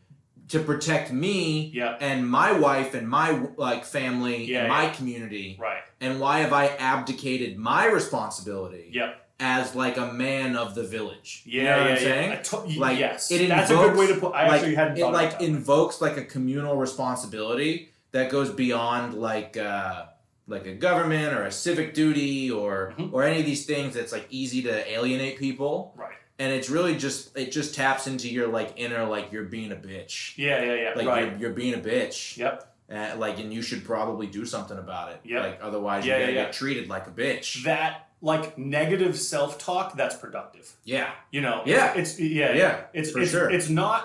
B: to protect me
A: Yeah.
B: and my wife and my like family
A: Yeah,
B: and my
A: yeah.
B: community
A: Right.
B: and why have i abdicated my responsibility
A: Yeah.
B: as like a man of the village
A: Yeah.
B: you know what
A: yeah,
B: i'm saying
A: Yeah. I to-
B: Like,
A: yes.
B: it
A: That's a good way to
B: invokes,
A: put. I
B: like,
A: actually hadn't
B: it
A: thought
B: like
A: about that.
B: invokes like a communal responsibility that goes beyond like uh like a government or a civic duty or
A: Mhm.
B: or any of these things that's like easy to alienate people
A: Right.
B: and it's really just it just taps into your like inner like you're being a bitch
A: Yeah. Yeah. Yeah.
B: like
A: right.
B: you're, you're being a bitch
A: Yep.
B: uh, like and you should probably do something about it
A: Yep.
B: like otherwise
A: Yeah,
B: you're gonna
A: yeah, yeah.
B: get treated like a bitch
A: That like negative self talk. That's productive.
B: yeah
A: You know.
B: Yeah.
A: It's yeah.
B: yeah
A: It's
B: for
A: it's,
B: sure.
A: it's not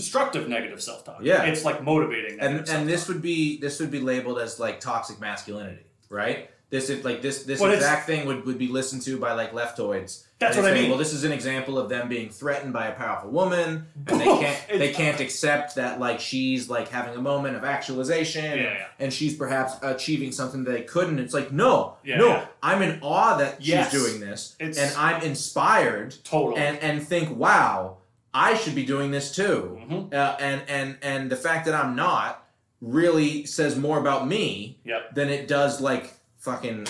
A: destructive negative self talk.
B: Yeah.
A: It's like motivating.
B: and
A: negative
B: and this
A: self-talk.
B: would be this would be labeled as like toxic masculinity right this is like this this
A: Well, it's-
B: exact thing would, would be listened to by like leftoids
A: That's
B: And they
A: what I
B: say,
A: mean.
B: well this is an example of them being threatened by a powerful woman and they
A: Boom.
B: can't
A: It's-
B: they can't accept that like she's like having a moment of actualization
A: Yeah, yeah.
B: and she's perhaps achieving something they couldn't it's like no
A: Yeah,
B: no
A: yeah.
B: i'm in awe that
A: Yes.
B: she's doing this
A: It's-
B: and i'm inspired
A: totally.
B: and and think wow i should be doing this too
A: Mhm.
B: uh, and and and the fact that I'm not really says more about me
A: Yep.
B: than it does like fucking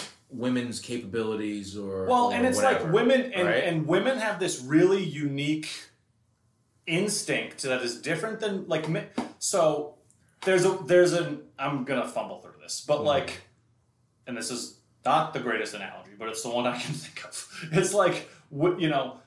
B: women's capabilities or
A: Well,
B: or
A: and it's
B: whatever.
A: like women and,
B: right?
A: and women have this really unique instinct that is different than like me- so there's a there's an I'm going to fumble through this,
B: Mm-hmm.
A: but like and this is not the greatest analogy, but it's the one I can think of. It's like wh- you know,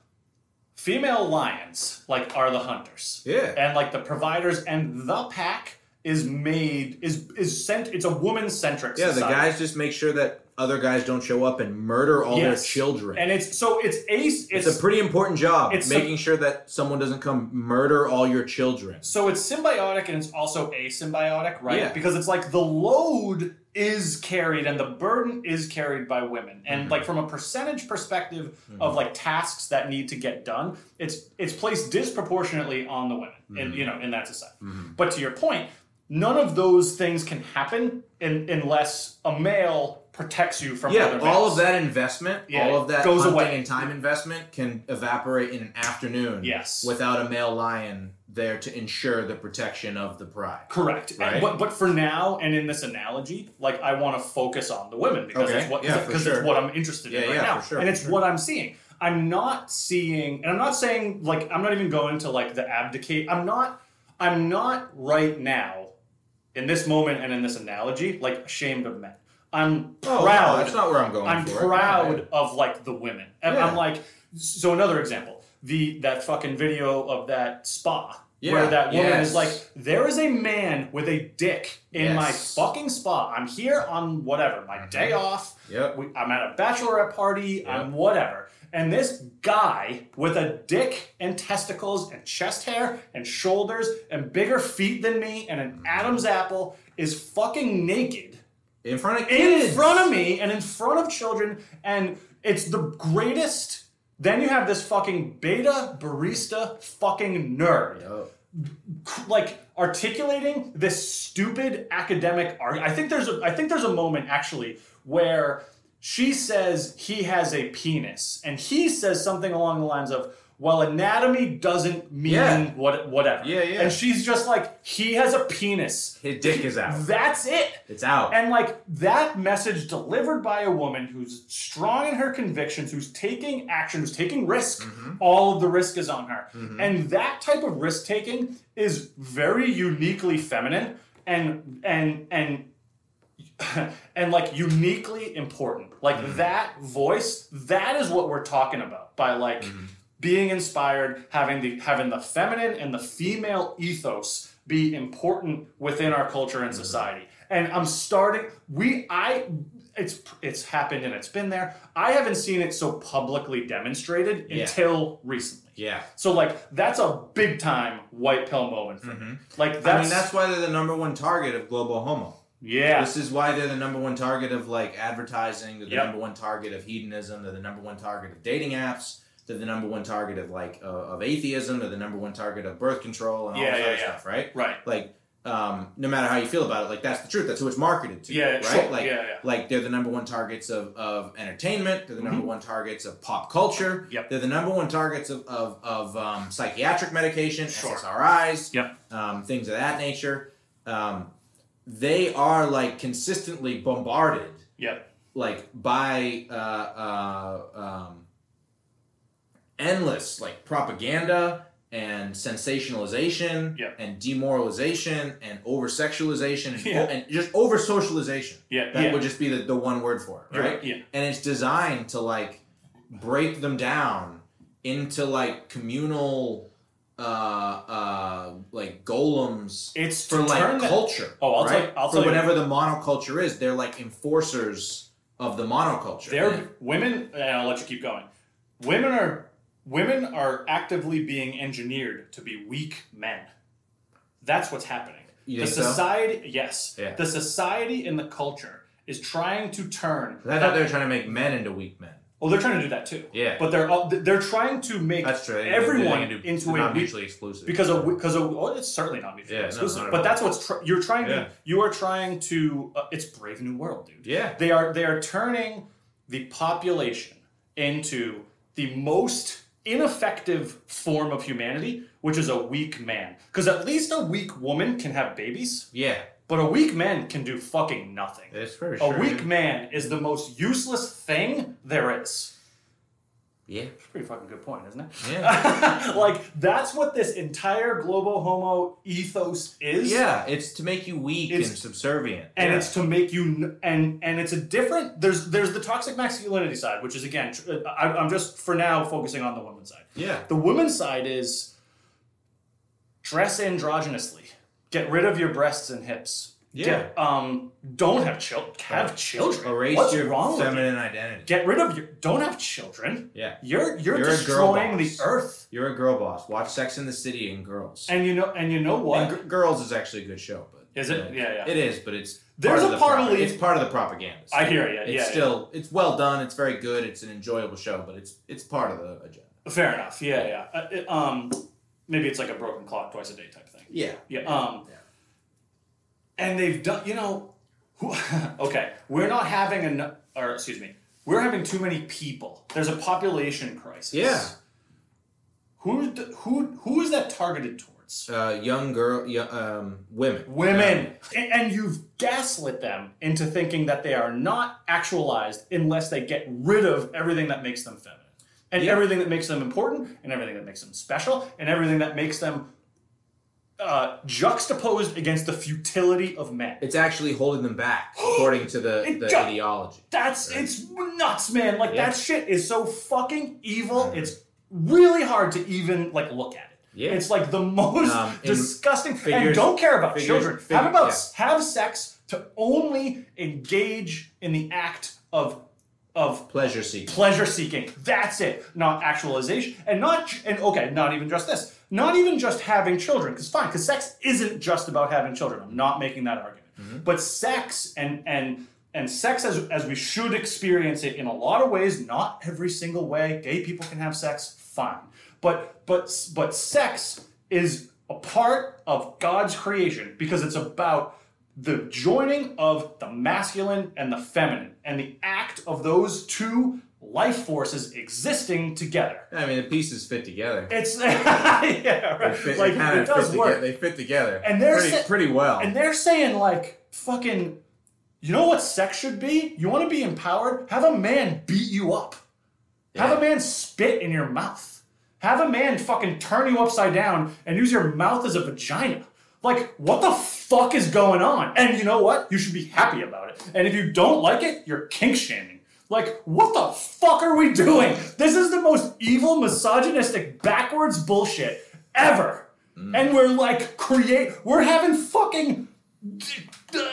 A: female lions like are the hunters.
B: yeah
A: and like the providers and the pack is made is is sent it's a woman centric
B: yeah the guys just make sure that other guys don't show up and murder all
A: Yes.
B: their children.
A: and it's so it's ace
B: it's,
A: it's,
B: a pretty important job
A: it's a-
B: making sure that someone doesn't come murder all your children.
A: so it's symbiotic and it's also asymbiotic right
B: Yeah.
A: because it's like the load is carried and the burden is carried by women and
B: Mm-hmm.
A: like from a percentage perspective of like tasks that need to get done it's it's placed disproportionately on the women in
B: Mm-hmm.
A: you know in that society but to your point none of those things can happen in, unless a male protects you from
B: Yeah,
A: other
B: all
A: males.
B: of that investment,
A: Yeah,
B: all of that
A: goes
B: hunting
A: away.
B: and time investment can evaporate in an afternoon.
A: Yes.
B: without a male lion there to ensure the protection of the pride.
A: Correct. And-
B: Right.
A: but but for now and in this analogy, like I want to focus on the women because
B: Okay.
A: it's what
B: Yeah, for
A: because
B: sure.
A: it's what I'm interested
B: Yeah,
A: in right
B: yeah,
A: now.
B: for sure,
A: and
B: for
A: it's
B: sure.
A: what I'm seeing. I'm not seeing and I'm not saying like I'm not even going to like the abdicate. I'm not I'm not right now in this moment and in this analogy like ashamed of men. I'm
B: Oh,
A: proud
B: no, that's not where I'm going.
A: I'm
B: for it.
A: proud
B: Right.
A: of like the women. And
B: Yeah.
A: I'm like, so another example, the that fucking video of that spa
B: Yeah.
A: where that woman
B: Yes.
A: is like, there is a man with a dick in my
B: Yes.
A: fucking spa. I'm here on whatever my day off.
B: Yep.
A: We, I'm at a bachelorette party.
B: Yep.
A: I'm whatever. And this guy with a dick and testicles and chest hair and shoulders and bigger feet than me and
B: Mm-hmm.
A: an Adam's apple is fucking naked
B: In front of
A: in
B: kids.
A: front of me and in front of children, and it's the greatest. Then you have this fucking beta barista fucking nerd,
B: Yep.
A: like articulating this stupid academic argument. I think there's a I think there's a moment actually where she says he has a penis, and he says something along the lines of. Well, anatomy doesn't mean
B: Yeah.
A: what whatever.
B: Yeah, yeah.
A: And she's just like, he has a penis.
B: His dick is out.
A: That's it.
B: It's out.
A: And like that message delivered by a woman who's strong in her convictions, who's taking action, who's taking risk,
B: Mm-hmm.
A: all of the risk is on her. And that type of risk taking is very uniquely feminine and and and and like uniquely important. Like that voice, that is what we're talking about by like being inspired, having the having the feminine and the female ethos be important within our culture
B: Mm-hmm.
A: and society. And I'm starting we I it's it's happened and it's been there. I haven't seen it so publicly demonstrated
B: Yeah.
A: until recently.
B: yeah.
A: So like that's a big time white pill moment for me. Like that's,
B: Mm-hmm. Mm. I mean, that's why they're the number one target of global homo.
A: yeah.
B: This is why they're the number one target of like advertising. They're the
A: Yep.
B: number one target of hedonism. They're the number one target of dating apps. They're the number one target of like uh, of atheism. They're the number one target of birth control and all
A: Yeah,
B: this
A: yeah,
B: other
A: yeah.
B: stuff, right?
A: right.
B: Like um, no matter how you feel about it, like that's the truth. That's who it's marketed to.
A: Yeah,
B: right.
A: sure.
B: Like,
A: Yeah, yeah.
B: like they're the number one targets of, of entertainment. They're the number one targets of pop culture.
A: Mm-hmm. Yep.
B: They're the number one targets of of, of um, psychiatric medication,
A: Sure.
B: SSRIs.
A: Yep.
B: Um, things of that nature. Um, they are like consistently bombarded
A: Yep.
B: like by uh, uh, um, endless like propaganda and sensationalization
A: Yeah.
B: and demoralization and over sexualization and,
A: Yeah.
B: and just over socialization.
A: Yeah.
B: That
A: yeah.
B: would just be the, the one word for it,
A: You're
B: right?
A: right, Yeah.
B: And it's designed to like break them down into like communal uh uh like golems
A: It's
B: for
A: to turn
B: like
A: that-
B: culture.
A: Oh, I'll tell
B: right?
A: you- I'll
B: for
A: tell you-
B: whatever the monoculture is, they're like enforcers of the monoculture.
A: They're women, and I'll let you keep going. Women are women are actively being engineered to be weak men. That's what's happening.
B: You
A: the
B: think so?
A: society, yes,
B: Yeah.
A: the society and the culture is trying to turn.
B: I thought they were trying to make men into weak men.
A: oh, they're trying to do that too.
B: Yeah.
A: but they're all- they're trying to make
B: That's true. They-
A: everyone
B: they do-
A: into
B: they're
A: a
B: not
A: weak
B: mutually exclusive.
A: because of because of oh, it's certainly not mutually
B: Yeah, no,
A: exclusive.
B: not at
A: but
B: all.
A: that's what's tr- you're trying
B: Yeah.
A: to you are trying to uh, it's Brave New World, dude.
B: Yeah.
A: They are they are turning the population into the most ineffective form of humanity, which is a weak man. Because at least a weak woman can have babies,
B: Yeah.
A: but a weak man can do fucking nothing.
B: That's for
A: a weak man is the most useless thing there is.
B: Yeah.
A: Pretty fucking good point, isn't it?
B: Yeah.
A: like that's what this entire global homo ethos is.
B: yeah. It's to make you weak
A: It's-
B: and subservient.
A: And
B: Yeah.
A: it's to make you kn- and and it's a different. There's there's the toxic masculinity side, which is again, tr- uh, I, I'm just for now focusing on the women's side.
B: yeah.
A: The women's side is dress androgynously, get rid of your breasts and hips.
B: Yeah.
A: Get, um. Don't have children. Have children.
B: Erase
A: What's
B: your
A: wrong with you?
B: feminine identity.
A: Get rid of your. Don't have children.
B: yeah.
A: You're you're,
B: You're a girl
A: destroying the
B: boss.
A: earth.
B: You're a girl boss. Watch Sex in the City and Girls.
A: And you know and you know what?
B: And G- Girls is actually a good show, but
A: Is it? Yeah, yeah.
B: It is, but it's
A: There's
B: part
A: a
B: of the
A: part of
B: propa-
A: the-
B: it's part of the propaganda.
A: I hear you.
B: it's
A: yeah,
B: still it's well done. It's very good. It's an enjoyable show, but it's it's part of the agenda.
A: yeah. fair enough. Yeah, yeah. Uh, it- um, maybe it's like a broken clock twice a day type thing.
B: Yeah.
A: Yeah. Um, and they've done. You know, who, okay, we're not having enough. Or excuse me, we're having too many people. There's a population crisis.
B: Yeah.
A: Who d- who who is that targeted towards?
B: Uh, young girl, young, um, women. Um,
A: Women, A- and you've gaslit them into thinking that they are not actualized unless they get rid of everything that makes them feminine, and
B: Yeah.
A: everything that makes them important, and everything that makes them special, and everything that makes them uh, juxtaposed against the futility of men.
B: It's actually holding them back, according to the,
A: It
B: the
A: does-
B: ideology.
A: That's
B: Right.
A: it's nuts, man. Like
B: Yeah.
A: that shit is so fucking evil. It's really hard to even like look at it.
B: Yeah.
A: It's like the most
B: Um, and
A: disgusting. and
B: figures-
A: don't care about
B: figures-
A: children.
B: fig-
A: have about
B: yeah.
A: s- have sex to only engage in the act of of
B: Pleasure seeking.
A: pleasure seeking. That's it. Not actualization, and not j- and okay, not even just this. Not even just having children, because fine, because sex isn't just about having children. I'm not making that argument, but sex and and and sex as as we should experience it in a lot of ways. Not every single way. Gay people can have sex, fine, but but s- but sex is a part of God's creation because it's about the joining of the masculine and the feminine and the act of those two life forces existing together.
B: I mean, the pieces fit together.
A: It's yeah,
B: They
A: right.
B: fit- they
A: like
B: kinda
A: it does
B: fit
A: work.
B: Together. They fit together,
A: And they're
B: pretty,
A: sa-
B: pretty well.
A: And they're saying like fucking you know what sex should be? You want to be empowered? Have a man beat you up. Have a man spit in your mouth. Have a man fucking turn you upside down and use your mouth as a vagina. Like, what the fuck is going on? And you know what? You should be happy about it. And if you don't like it, you're kink shaming. Like, what the fuck are we doing? This is the most evil, misogynistic, backwards bullshit ever. And we're like, create, we're having fucking d- d-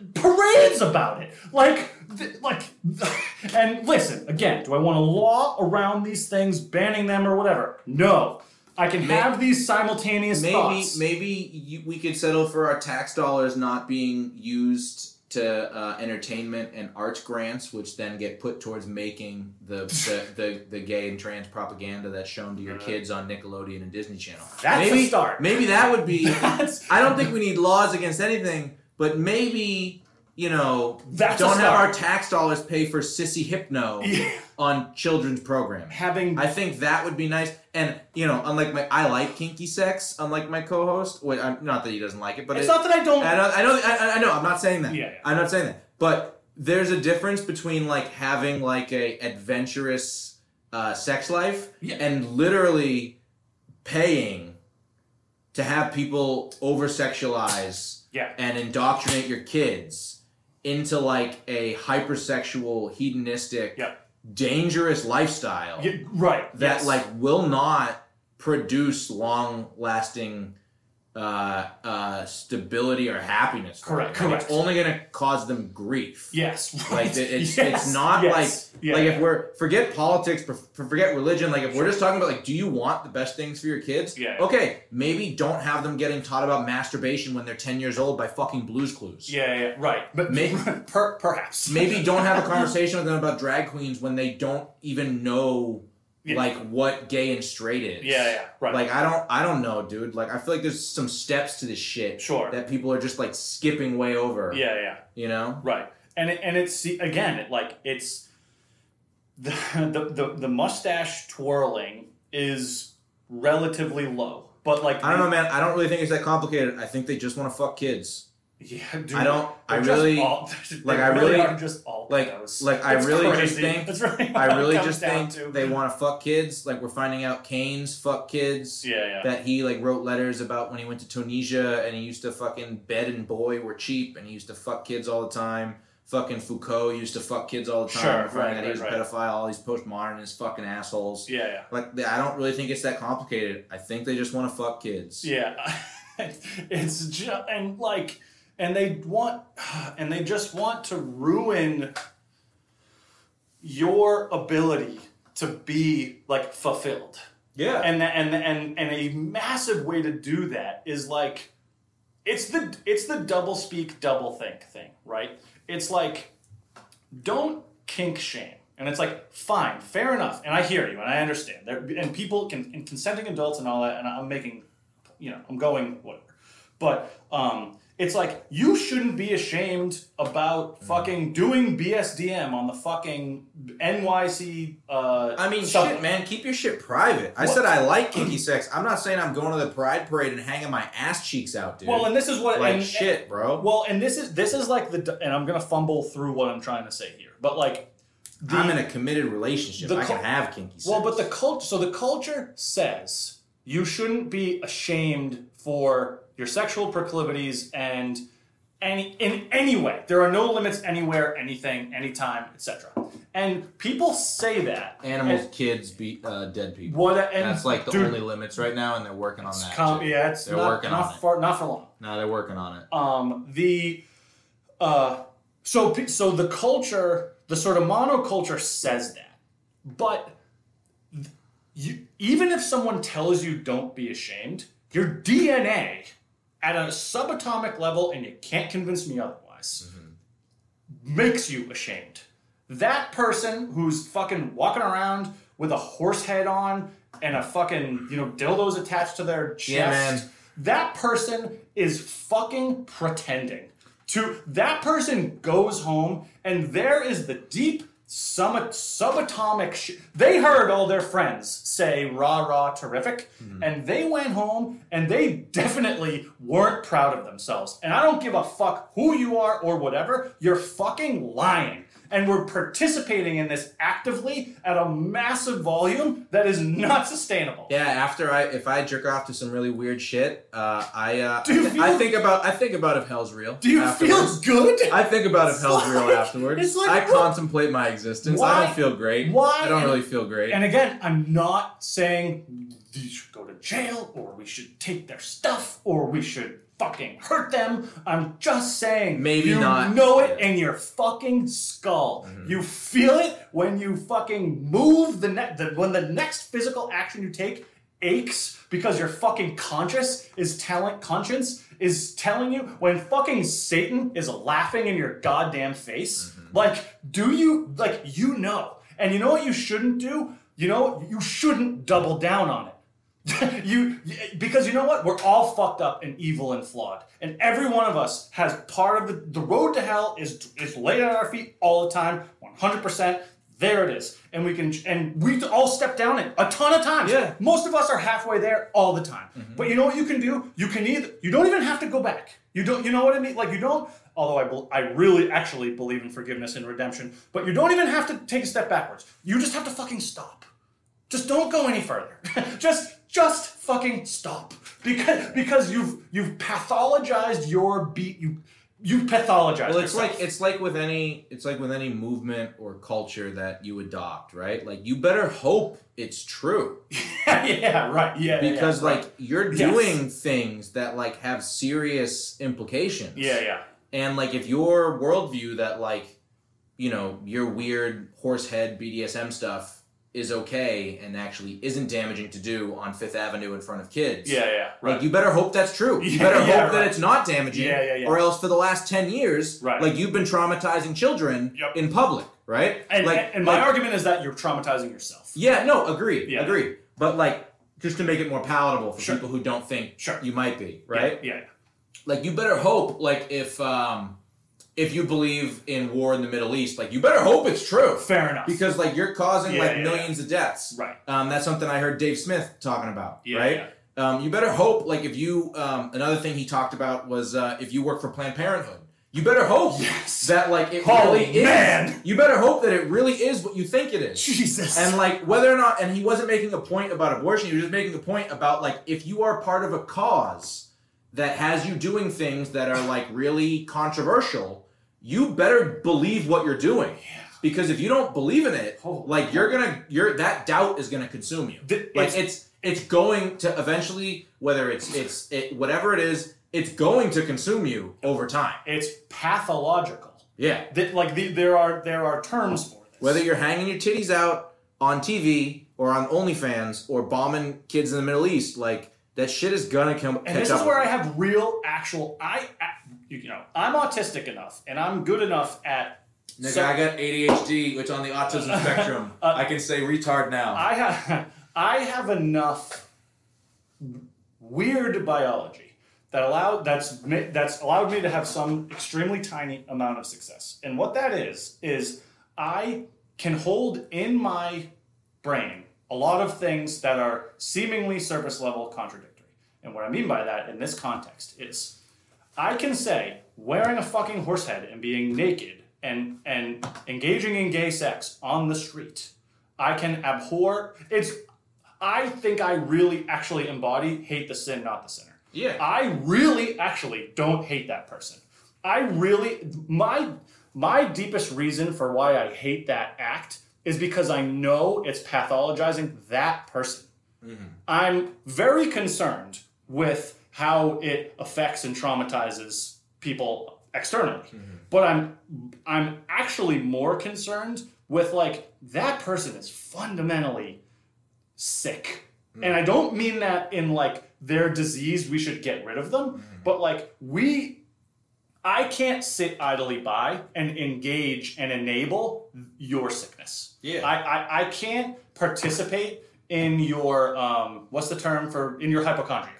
A: d- parades about it. Like, th- like, and listen again. Do I want a law around these things, banning them or whatever? No, I can have these simultaneous
B: maybe
A: thoughts.
B: maybe you, we could settle for our tax dollars not being used to uh, entertainment and arts grants, which then get put towards making the the, the, the gay and trans propaganda that's shown to your
A: Yeah.
B: kids on Nickelodeon and Disney Channel.
A: Uh-huh. That's
B: maybe
A: a start.
B: maybe that would be.
A: That's-
B: I don't think we need laws against anything, but maybe you know
A: That's a
B: don't have
A: start.
B: our tax dollars pay for sissy hypno
A: Yeah.
B: on children's programming.
A: having
B: I think that would be nice. And you know, unlike my, I like kinky sex. Unlike my co-host, well, I'm, not that he doesn't like it, but
A: it's
B: it,
A: not that I don't.
B: I know, I know, I, I know. I'm not saying that.
A: Yeah, yeah.
B: I'm not saying that. But there's a difference between like having like a adventurous uh, sex life
A: Yeah.
B: and literally paying to have people over sexualize
A: Yeah.
B: and indoctrinate your kids into like a hypersexual hedonistic
A: Yeah.
B: dangerous lifestyle
A: Yeah, right.
B: that
A: yes.
B: like will not produce long lasting uh, uh, stability or happiness. for
A: Correct,
B: them. Like,
A: correct.
B: It's only going to cause them grief.
A: Yes. Right.
B: Like it- it's
A: yes,
B: it's not
A: yes,
B: like
A: yeah,
B: like
A: yeah.
B: if we're forget politics, for- for- forget religion. Like if we're just talking about like, do you want the best things for your kids?
A: Yeah.
B: Okay, maybe don't have them getting taught about masturbation when they're ten years old by fucking Blue's Clues.
A: Yeah, yeah, right. But
B: May-
A: per, perhaps.
B: Maybe don't have a conversation with them about drag queens when they don't even know
A: Yeah.
B: like what gay and straight is.
A: Yeah, yeah, right.
B: Like I don't I don't know, dude. Like I feel like there's some steps to this shit
A: Sure.
B: that people are just like skipping way over.
A: yeah, yeah,
B: You know?
A: right. And it, and it's see, again, it, like it's the, the the the mustache twirling is relatively low, but like
B: I don't know, man. I don't really think it's that complicated. I think they just want to fuck kids.
A: Yeah, dude,
B: I don't I
A: they're just
B: really
A: all, they
B: like, I
A: really
B: really-
A: are just all
B: like-
A: those.
B: like, I
A: It's
B: really just
A: crazy.
B: think-
A: That's really what
B: I
A: it
B: really
A: comes
B: just
A: down
B: think
A: to.
B: they want to fuck kids. Like we're finding out Kane's fuck kids.
A: Yeah, yeah.
B: That he like wrote letters about when he went to Tunisia and he used to fucking bed and boy were cheap and he used to fuck kids all the time. Fucking Foucault used to fuck kids all the time.
A: Sure,
B: We're finding
A: right,
B: out he was
A: right,
B: a pedophile. All these postmodernists, fucking assholes.
A: yeah, yeah.
B: Like th- I don't really think it's that complicated. I think they just want to fuck kids.
A: Yeah, it's just and like and they want and they just want to ruin your ability to be like fulfilled.
B: Yeah.
A: And tha- and and and a massive way to do that is like it's the it's the double speak double think thing, right? It's like don't kink shame. And it's like, fine, fair enough. And I hear you and I understand. There, and people can, and consenting adults and all that, and I'm making, you know, I'm going whatever. But um, it's like, you shouldn't be ashamed
B: Mm.
A: about fucking doing BSDM on the fucking NYC. Uh,
B: I mean,
A: subway.
B: shit, man, keep your shit private. I said I like kinky sex. I'm not saying I'm going to the pride parade and hanging my ass cheeks out, dude.
A: Well, and this is what.
B: like
A: and-
B: shit, bro.
A: Well, and this is this is like the and I'm gonna fumble through what I'm trying to say here, but like the
B: I'm in a committed relationship.
A: the
B: I can
A: co-
B: have kinky sex.
A: well, but the culture so the culture says you shouldn't be ashamed for your sexual proclivities and any in any way there are no limits anywhere, anything, anytime, etc. And people say that
B: animals,
A: and
B: kids, be uh, dead people.
A: what and
B: That's like the
A: dude,
B: only limits right now, and they're working on
A: it's
B: that.
A: com-
B: too.
A: yeah, it's
B: They're
A: not,
B: working
A: not
B: on it.
A: for not for long.
B: No, they're working on it.
A: um, the uh, so pe- so the culture, the sort of monoculture says that, but th- you, even if someone tells you don't be ashamed, your DNA at a subatomic level, and you can't convince me otherwise,
B: Mm-hmm.
A: makes you ashamed. That person who's fucking walking around with a horse head on and a fucking you know dildos attached to their chest
B: Yeah, man.
A: that person is fucking pretending. To that person goes home, and there is the deep sub- subatomic. Sh- they heard all their friends say "rah rah terrific,"
B: Mm-hmm.
A: and they went home, and they definitely weren't proud of themselves. And I don't give a fuck who you are or whatever. You're fucking lying. And we're participating in this actively at a massive volume that is not sustainable.
B: Yeah, after I, if I jerk off to some really weird shit, uh, I, uh,
A: Do you
B: I, thi- I
A: feel-
B: think about, I think about if hell's real.
A: Do you
B: afterwards.
A: feel good?
B: I think about if
A: It's
B: hell's real
A: like-
B: afterwards.
A: it's like,
B: I
A: what-
B: contemplate my existence.
A: Why-
B: I don't feel great.
A: why-
B: I don't really feel great.
A: And again, I'm not saying you should go to jail or we should take their stuff or we should fucking hurt them. I'm just saying
B: Maybe
A: you
B: not. Mm-hmm.
A: know it in your fucking skull. You feel it when you fucking move the net the, when the next physical action you take aches because your fucking conscience is telling conscience is telling you when fucking Satan is laughing in your goddamn face.
B: Mm-hmm.
A: Like, do you like you know? And you know what you shouldn't do? You know you shouldn't double down on it. you because you know what we're all fucked up and evil and flawed and every one of us has part of the the road to hell is is laid at our feet all the time 100% there it is and we can and we all step down it a ton of times
C: Yeah.
A: most of us are halfway there all the time but you know what you can do you can either you don't even have to go back you don't you know what i mean like you don't although i bel i really actually believe in forgiveness and redemption but you don't even have to take a step backwards you just have to fucking stop just don't go any further. just just fucking stop. Because because you've you've pathologized your beat you you pathologized.
B: Well, it's
A: yourself.
B: like it's like with any it's like with any movement or culture that you adopt, right? Like you better hope it's true
A: yeah, right. Yeah. yeah,
B: because
A: yeah,
B: like you're
A: Yes.
B: doing things that like have serious implications.
A: Yeah, yeah.
B: And like if your worldview that like you know your weird horsehead BDSM stuff is okay and actually isn't damaging to do on Fifth Avenue in front of kids.
A: Yeah, yeah. Right.
B: Like you better hope that's true. You
A: Yeah,
B: better
A: yeah, right.
B: hope that it's not damaging,
A: Yeah, yeah, yeah.
B: or else for the last ten years,
A: Right.
B: like you've been traumatizing children
A: Yep.
B: in public, right?
A: and,
B: like,
A: and, and my
B: like-
A: argument is that you're traumatizing yourself.
B: yeah, no, agree,
A: Yeah.
B: agree. But like, just to make it more palatable for
A: Sure.
B: people who don't think
A: Sure.
B: you might be, right?
A: Yeah, yeah.
B: Like you better hope, like if um, if you believe in war in the Middle East, like you better hope it's true
A: Fair enough.
B: because like you're causing
A: Yeah,
B: like
A: yeah,
B: millions of deaths.
A: right.
B: Um, that's something I heard Dave Smith talking about,
A: Yeah,
B: right?
A: yeah.
B: Um, you better hope, like, if you, um, another thing he talked about was uh, if you work for Planned Parenthood, you better hope
A: Oh, Yes.
B: that, like, it
A: Holy
B: really is.
A: man.
B: You better hope that it really is what you think it is.
A: Jesus.
B: And, like, whether or not, and he wasn't making a point about abortion, he was just making a point about, like, if you are part of a cause that has you doing things that are, like, really controversial, you better believe what you're doing. Because if you don't believe in it,
A: Holy
B: like you're gonna, you're that doubt is gonna consume you
A: Th-
B: like
A: it's-
B: it's it's going to eventually whether it's it's it whatever it is it's going to consume you over time
A: it's pathological.
B: yeah
A: That like the, there are there are terms for this.
B: whether you're hanging your titties out on tv or on onlyfans or bombing kids in the middle east like that shit is gonna come
A: and this is where I have real, actual. I, I, you know, I'm autistic enough, and I'm good enough at.
C: Nigga,
A: So-
C: I got ADHD, which on the autism spectrum,
A: Uh,
C: I can say retard now.
A: I have, I have enough weird biology that allowed that's ma- that's allowed me to have some extremely tiny amount of success. And what that is is I can hold in my brain a lot of things that are seemingly surface level contradictory. And what I mean by that in this context is I can say wearing a fucking horse head and being naked and and engaging in gay sex on the street. I can abhor it's I think I really actually embody hate the sin, not the sinner.
B: Yeah.
A: I really actually don't hate that person. I really my my deepest reason for why I hate that act is because I know it's pathologizing that person. I'm very concerned with how it affects and traumatizes people externally. But I'm I'm actually more concerned with like that person is fundamentally sick.
C: Mm.
A: And I don't mean that in like their disease we should get rid of them,
C: Mm.
A: but like we I can't sit idly by and engage and enable your sickness.
C: Yeah.
A: I, I, I can't participate in your um what's the term for in your hypochondria.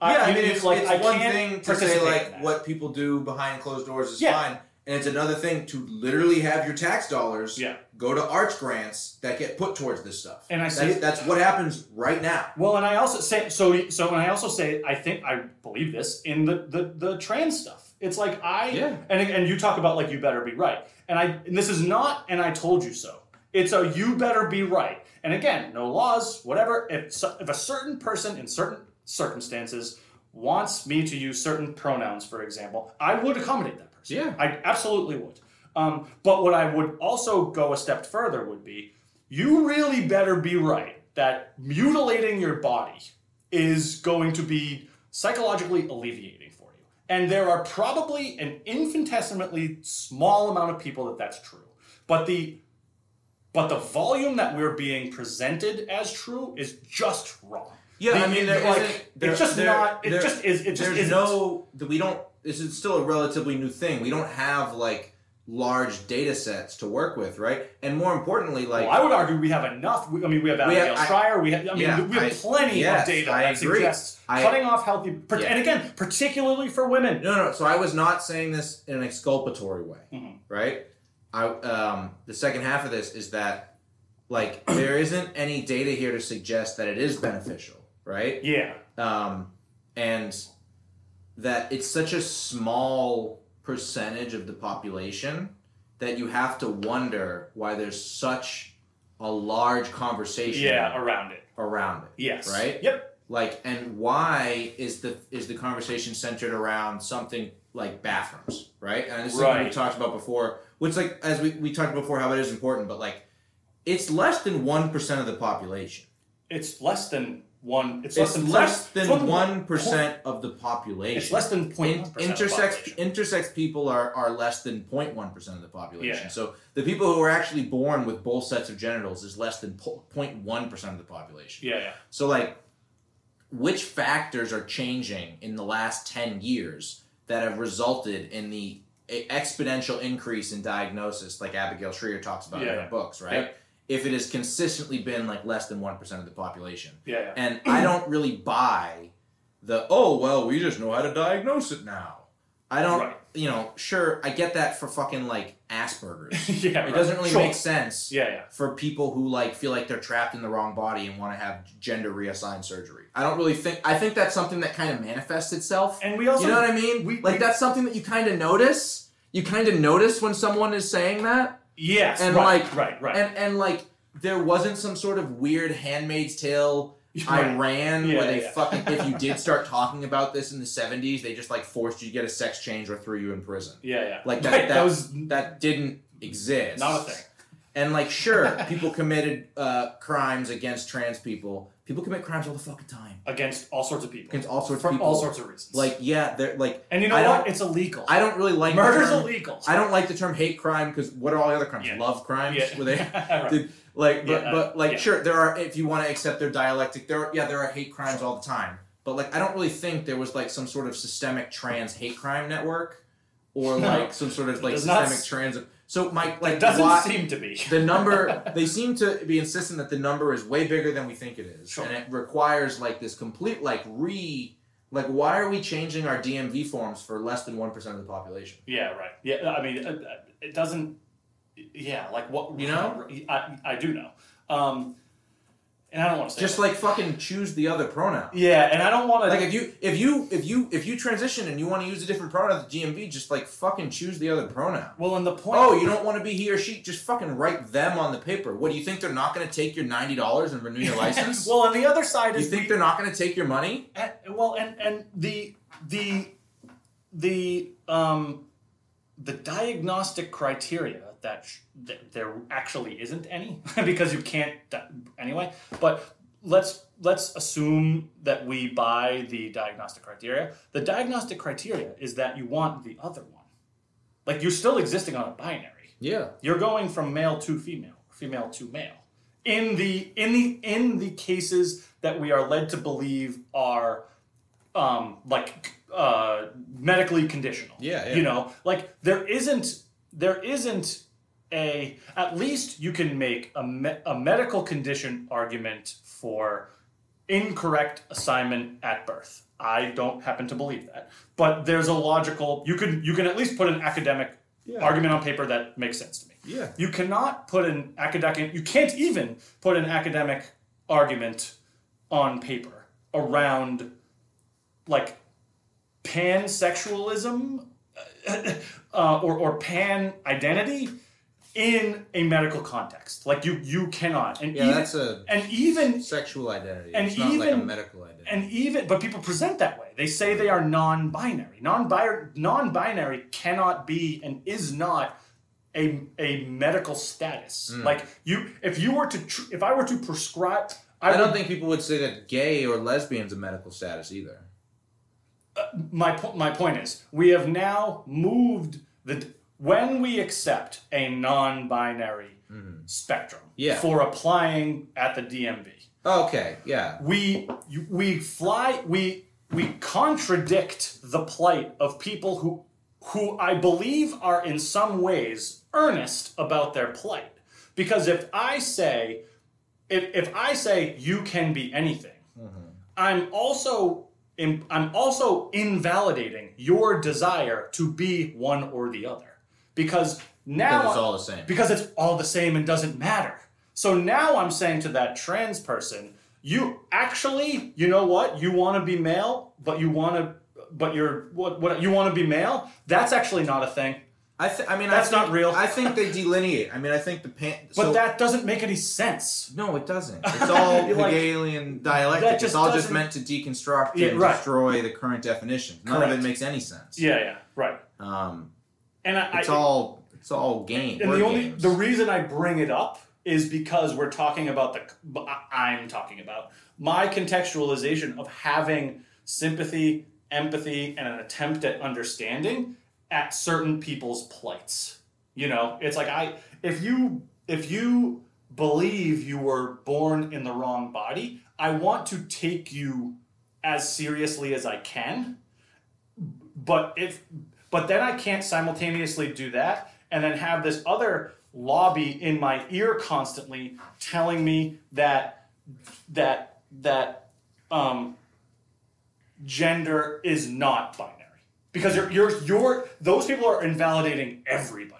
A: I,
C: yeah, I
A: you-
C: mean,
A: you-
C: it's,
A: like
C: it's
A: I
C: one
A: can't
C: thing to
A: participate
C: say
A: in
C: like
A: that.
C: what people do behind closed doors is
A: Yeah.
C: fine, and it's another thing to literally have your tax dollars
A: Yeah.
C: go to arts grants that get put towards this stuff.
A: And I see-
C: that's, that's what happens right now.
A: Well, and I also say so. So, and I also say I think I believe this in the the, the trans stuff. It's like I
B: Yeah.
A: and and you talk about like you better be right, and I and this is not and I told you so. It's a you better be right, and again, no laws, whatever. If so- if a certain person in certain circumstances wants me to use certain pronouns, for example, I would accommodate that person.
B: Yeah.
A: I absolutely would. Um, but what I would also go a step further would be you really better be right that mutilating your body is going to be psychologically alleviating for you. And there are probably an infinitesimally small amount of people that that's true. But the but the volume that we're being presented as true is just wrong.
B: Yeah,
A: The-
B: I
A: the-
B: mean, there
A: like,
B: isn't- there-
A: it's just
B: there-
A: not. It
B: there-
A: just is. It just
B: there's
A: isn't.
B: no that we don't this is still a relatively new thing we don't have like large data sets to work with right and more importantly like
A: well, I would argue we have enough. We, I mean, we have
B: We have-
A: Abigail
B: I-
A: Schreier. We have. I mean,
B: Yeah,
A: we have
B: I-
A: plenty
B: yes,
A: of data
B: I
A: that
B: agree.
A: suggests
B: I-
A: cutting off healthy. per-
B: Yeah.
A: And again, particularly for women.
B: no no so i was not saying this in an exculpatory way
A: Mhm.
B: right i um the second half of this is that like there isn't any data here to suggest that it is beneficial right
A: Yeah.
B: um, and that it's such a small percentage of the population that you have to wonder why there's such a large conversation
A: Yeah. Around it.
B: around it
A: Yes.
B: Right?
A: Yep.
B: like and why is the is the conversation centered around something like bathrooms right and this is something we
A: Right.
B: talked about before which like as we, we talked before how it is important but like it's less than 1% of the population
A: It's less than one. It's, less
B: it's
A: than
B: less
A: it's
B: than 1% of the population
A: It's less than point
B: In, intersex intersex people are, are less than 0.1 percent of the population.
A: Yeah.
B: So the people who are actually born with both sets of genitals is less than 0.1 percent of the population.
A: Yeah. Yeah.
B: So like, which factors are changing in the last 10 years that have resulted in the e- exponential increase in diagnosis, like Abigail Schreer talks about in
A: Yeah,
B: her
A: yeah.
B: books, right?
A: Yeah.
B: If it has consistently been like less than one percent of the population.
A: Yeah. yeah.
B: And I don't really buy the oh well, we just know how to diagnose it now. I don't,
A: Right.
B: you know, sure, I get that for fucking like Asperger's.
A: yeah,
B: It
A: right.
B: doesn't really
A: Sure.
B: make sense
A: Yeah, yeah,
B: for people who like feel like they're trapped in the wrong body and want to have gender reassigned surgery. I don't really think I think that's something that kind of manifests itself.
A: and we also
B: you know what I mean?
A: we-
B: like
A: we-
B: that's something that you kind of notice. You kind of notice when someone is saying that.
A: yes,
B: and
A: right,
B: like-
A: right, right,
B: And and like there wasn't some sort of weird handmaid's tale
A: Right.
B: Iran
A: Yeah,
B: where they
A: yeah.
B: fucking if you did start talking about this in the 70s, they just like forced you to get a sex change or threw you in prison.
A: yeah, yeah,
B: Like that
A: Right,
B: that,
A: was
B: that didn't exist.
A: not a thing.
B: And like sure, people committed uh, crimes against trans people. People commit crimes all the fucking time.
A: against all sorts of people,
B: Against all sorts
A: for
B: of people.
A: all sorts of reasons.
B: like yeah, they're like
A: and you know
B: I
A: what?
B: don't-
A: It's illegal.
B: I don't really like the
A: Murder's
B: term-
A: illegal.
B: I don't like the term hate crime because what are all the other crimes?
A: Yeah.
B: Love crimes?
A: yeah.
B: Where they
A: Right.
B: Did- like but,
A: Yeah,
B: but like
A: yeah.
B: sure there are if you want to accept their dialectic there are, yeah there are hate crimes all the time but like i don't really think there was like some sort of systemic trans hate crime network or
A: No.
B: like some sort of like
A: does not
B: systemic
A: s-
B: trans so my
A: It
B: like
A: doesn't
B: why,
A: seem to be.
B: the number they seem to be insistent that the number is way bigger than we think it is
A: Sure.
B: and it requires like this complete like re like why are we changing our dmv forms for less than 1% of the population
A: Yeah, right. Yeah, I mean, uh, uh, it doesn't. Yeah, like what
B: You know?
A: I I do know. Um, and I don't want to say
B: just
A: that.
B: like fucking choose the other pronoun
A: yeah, and I don't want to
B: Like if you if you if you if you transition and you want to use a different pronoun at the GMV, just like fucking choose the other pronoun.
A: Well, and the point.
B: Oh, you don't want to be he or she? Just fucking write them on the paper. What do you think they're not going to take your ninety dollars and renew your license?
A: well, and the other side
B: you
A: is
B: think
A: we-
B: they're not going to take your money?
A: And, well, and and the the the um the diagnostic criteria that, sh- that there actually isn't any because you can't di- anyway. But let's let's assume that we buy the diagnostic criteria. The diagnostic criteria is that you want the other one. Like you're still existing on a binary
B: Yeah.
A: you're going from male to female female to male in the in the in the cases that we are led to believe are um like uh medically conditional
B: Yeah, yeah.
A: you know like there isn't there isn't a at least you can make a, me- a medical condition argument for incorrect assignment at birth i don't happen to believe that but there's a logical you can you can at least put an academic argument on paper that makes sense to me
B: Yeah.
A: you cannot put an academic you can't even put an academic argument on paper around like pansexualism uh, or, or pan identity in a medical context like you you cannot and even,
B: a
A: and even
B: sexual identity.
A: and It's not like a even-
B: medical identity.
A: and even but people present that way they say they are non-binary non-binary non-binary cannot be and is not a, a medical status
B: Hmm.
A: like you if you were to tr- if i were to prescribe i,
B: I don't
A: would-
B: think people would say that gay or lesbian's a medical status either.
A: my po- my point is we have now moved the when we accept a non-binary spectrum
B: Hmm. Yeah.
A: for applying at the DMV
B: Okay, yeah.
A: we you, we fly we we contradict the plight of people who who I believe are in some ways earnest about their plight because if I say if, if I say you can be anything I'm also in, I'm also invalidating your desire to be one or the other because now
B: Because it's all the same.
A: because it's all the same and doesn't matter. So now I'm saying to that trans person, you actually, you know what? You want to be male, but you want to, but you're what? What you want to be male? That's actually not a thing.
B: I, th- I mean,
A: That's
B: I think,
A: not real.
B: I think they delineate. I mean, I think the pan.
A: But
B: so,
A: that doesn't make any sense.
B: no, it doesn't. It's all
A: Like,
B: Hegelian dialectic.
A: that
B: it's
A: just
B: all just
A: doesn't-
B: meant to deconstruct
A: Yeah,
B: and
A: right.
B: destroy the current definition. None of
A: Correct.
B: it makes any sense.
A: Yeah, yeah, right.
B: Um,
A: And I,
B: it's
A: I,
B: all it's all game.
A: and
B: word
A: the only
B: games.
A: the reason I bring it up is because we're talking about the I- I'm talking about my contextualization of having sympathy, empathy, and an attempt at understanding at certain people's plights. You know, it's like I if you if you believe you were born in the wrong body, I want to take you as seriously as I can but if but then I can't simultaneously do that and then have this other lobby in my ear constantly telling me that that that um, gender is not binary because you're you're you're those people are invalidating everybody.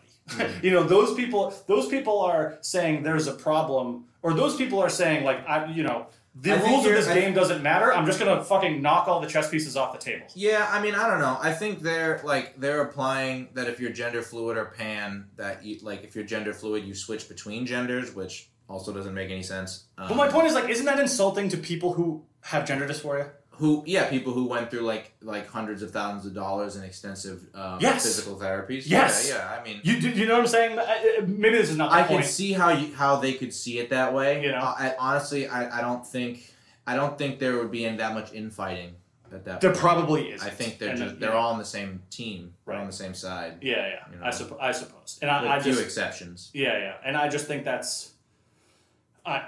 B: Mm-hmm.
A: you know those people those people are saying there's a problem or those people are saying like I you know the
B: I think
A: rules of
B: you're-
A: this
B: I-
A: game doesn't matter. I'm just gonna fucking knock all the chess pieces off the table.
B: Yeah, I mean, I don't know. I think they're like they're applying that if you're gender fluid or pan, that you like if you're gender fluid, you switch between genders, which also doesn't make any sense. Um,
A: But my point is, like, isn't that insulting to people who have gender dysphoria?
B: who yeah, people who went through like like hundreds of thousands of dollars in extensive um,
A: Yes.
B: physical therapies.
A: Yes.
B: yeah, yeah. I mean,
A: You do, you know what I'm saying? I- I- Maybe this is not the
B: I
A: point.
B: can see how you, how they could see it that way.
A: You know?
B: I, I honestly, I, I don't think I don't think there would be any that much infighting at that.
A: there
B: point.
A: probably is.
B: I think they're
A: And
B: just
A: then-
B: they're
A: yeah.
B: all on the same team, They're on
A: Right.
B: the same side.
A: Yeah, yeah.
B: you know.
A: I, suppo- I suppose. And
B: with
A: I, I
B: few
A: just.
B: exceptions.
A: Yeah, yeah. And I just think that's. I,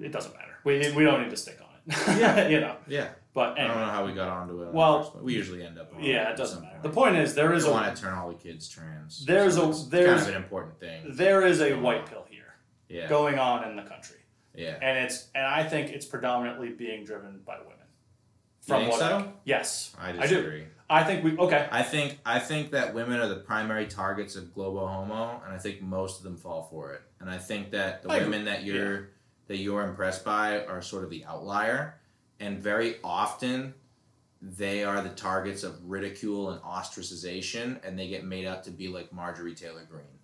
A: it doesn't matter. We, we don't need to stick on it.
B: Yeah.
A: you know.
B: Yeah,
A: But
B: I don't know
A: anyway.
B: how we got onto it. on
A: Well,
B: the first one. we usually end up. On
A: Yeah,
B: at
A: it doesn't
B: some
A: matter.
B: point.
A: The point is, there
B: We
A: is
B: don't
A: a
B: want to turn all the kids trans.
A: There's
B: so
A: a-
B: it's
A: there's-
B: kind of an important thing.
A: there is a white pill here
B: Yeah,
A: going on in the country,
B: yeah.
A: and it's and I think it's predominantly being driven by women. From
B: think
A: what? I-
B: so?
A: yes,
B: I
A: I do.
B: disagree.
A: I think we okay.
B: I think I think that women are the primary targets of global homo, and I think most of them fall for it. And I think that the
A: I agree.
B: women that you're that you're impressed by are sort of the outlier, and very often they are the targets of ridicule and ostracization, and they get made out to be like Marjorie Taylor Greene.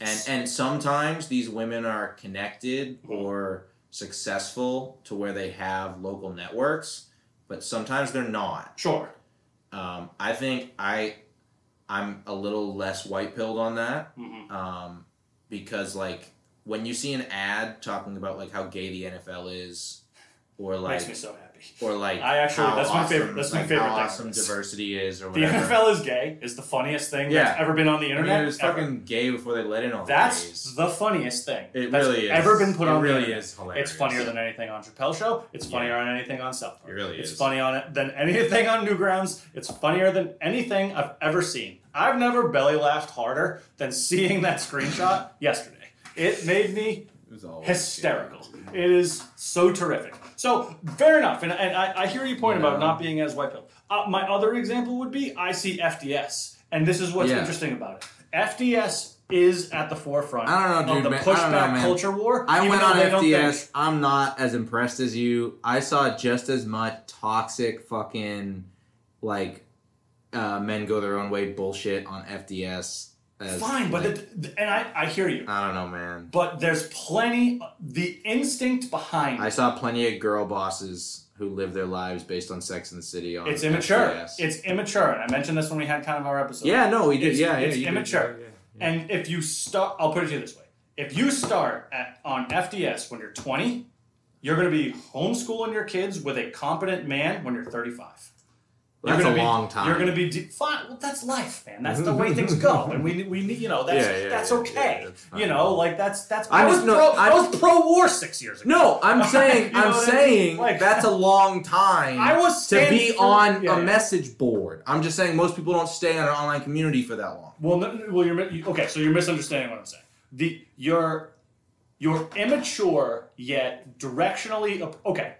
B: And and sometimes these women are connected or successful to where they have local networks, but sometimes they're not.
A: Sure.
B: Um, I think I I'm a little less white pilled on that
A: hmm
B: um, because like when you see an ad talking about like how gay the NFL is or like
A: Makes me so happy.
B: or like
A: I actually-
B: how
A: that's my
B: awesome-
A: favorite- that's my
B: like,
A: favorite
B: how
A: thing.
B: awesome diversity is or
A: The
B: whatever.
A: NFL is gay is the funniest thing that's
B: Yeah.
A: ever been on the
B: I mean,
A: internet.
B: it was
A: ever.
B: fucking gay before they let in all the
A: that's
B: gays.
A: the funniest thing
B: It
A: that's
B: really is.
A: ever been put
B: it
A: on the
B: really
A: internet.
B: is hilarious.
A: It's funnier than anything on Chappelle Show. It's funnier on anything on South Park.
B: It really
A: it's
B: is.
A: funny on it than anything on Newgrounds. It's funnier than anything I've ever seen. I've never belly laughed harder than seeing that screenshot yesterday. It made me
B: It was always
A: hysterical. It is so terrific. So fair enough, and, and I, I hear your point about
B: Yeah.
A: not being as white pill. Uh, my other example would be I see FDS, and this is what's
B: Yeah.
A: interesting about it. FDS is at the forefront
B: I don't know,
A: of
B: dude,
A: the
B: man. I don't
A: pushback
B: know, man.
A: culture war.
B: I
A: even
B: went
A: though
B: on
A: they don't think-
B: FDS. I'm not as impressed as you. I saw just as much toxic fucking like uh, men go their own way bullshit on FDS. As,
A: fine, but
B: like,
A: it, and I, I hear you.
B: I don't know, man.
A: But there's plenty. The instinct behind
B: I saw plenty of girl bosses who live their lives based on Sex in the City. On
A: it's immature.
B: FDS.
A: It's immature, and I mentioned this when we had kind of our episode.
B: yeah, no, we did.
A: It's-
B: yeah, yeah,
A: it's
B: you did.
A: immature.
B: Yeah, yeah,
A: And if you start, I'll put it to you this way: if you start at, on FDS when you're 20, you're going to be homeschooling your kids with a competent man when you're 35. You're
B: that's a
A: gonna be-
B: long time.
A: You're going to be de- fine. Well, that's life, man. That's the way things go, and we we need you know that's
B: Yeah, yeah,
A: that's
B: yeah,
A: okay.
B: yeah, that's fine.
A: you know, like that's that's.
B: I
A: I, was
B: just know-
A: pro. I,
B: I-
A: was pro war six years ago.
B: No, I'm saying
A: You know
B: I'm
A: what I mean?
B: saying
A: Like-
B: that's a long time
A: I was
B: to
A: standing
B: be
A: for-
B: on
A: yeah,
B: a
A: yeah.
B: message board. I'm just saying most people don't stay on an online community for that long.
A: Well, no, well, you're mi- you- okay. So you're misunderstanding what I'm saying. The you're you're immature yet directionally ap- okay.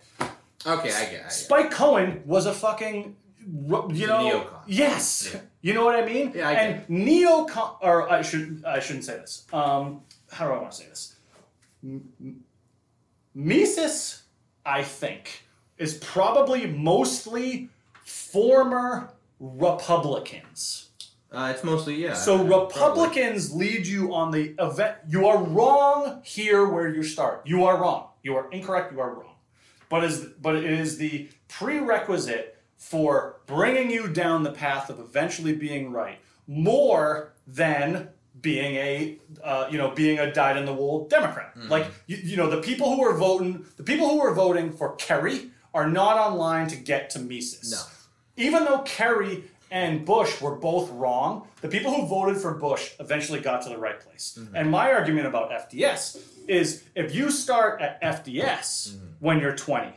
B: Okay, I get.
A: Spike Cohen was a fucking ru- you know
B: Neocon.
A: yes
B: Yeah.
A: you know what I mean
B: Yeah, I get
A: and neocon or I should I shouldn't say this um how do I want to say this M- m- Mises I think is probably mostly former Republicans.
B: Uh, it's mostly yeah.
A: So
B: yeah, probably.
A: Republicans lead you on the event. You are wrong here where you start. You are wrong. You are incorrect. You are wrong. But is but it is the prerequisite for bringing you down the path of eventually being right more than being a uh, you know being a dyed in the wool Democrat.
B: Mm-hmm.
A: Like you, you know the people who are voting the people who are voting for Kerry are not online to get to Mises
B: No.
A: even though Kerry and Bush were both wrong, the people who voted for Bush eventually got to the right place. And my argument about FDS is if you start at FDS when you're 20,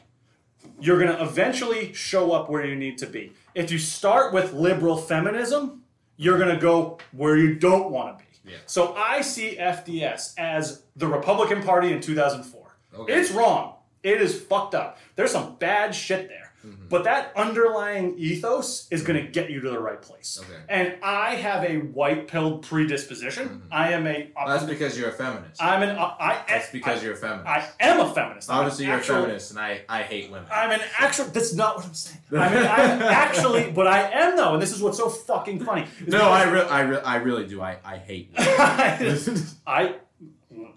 A: you're going to eventually show up where you need to be. If you start with liberal feminism, you're going to go where you don't want to be.
B: Yeah.
A: So I see FDS as the Republican Party in 2004.
B: Okay.
A: It's wrong. It is fucked up. There's some bad shit there.
B: Mm-hmm.
A: But that underlying ethos is going to get you to the right place.
B: Okay.
A: And I have a white pilled predisposition. I am a.
B: Mm-hmm. Well, Uh, that's because you're a feminist.
A: I'm an. I,
B: that's because
A: I,
B: you're a feminist.
A: I am a feminist. I'm an
B: Obviously, you're
A: actual-
B: a feminist, and I, I hate women.
A: I'm an actual. That's not what I'm saying. I mean, I'm actually, but I am though, and this is what's so fucking funny. is
B: no, I, re- I, re- I really do. I, I hate women.
A: because I,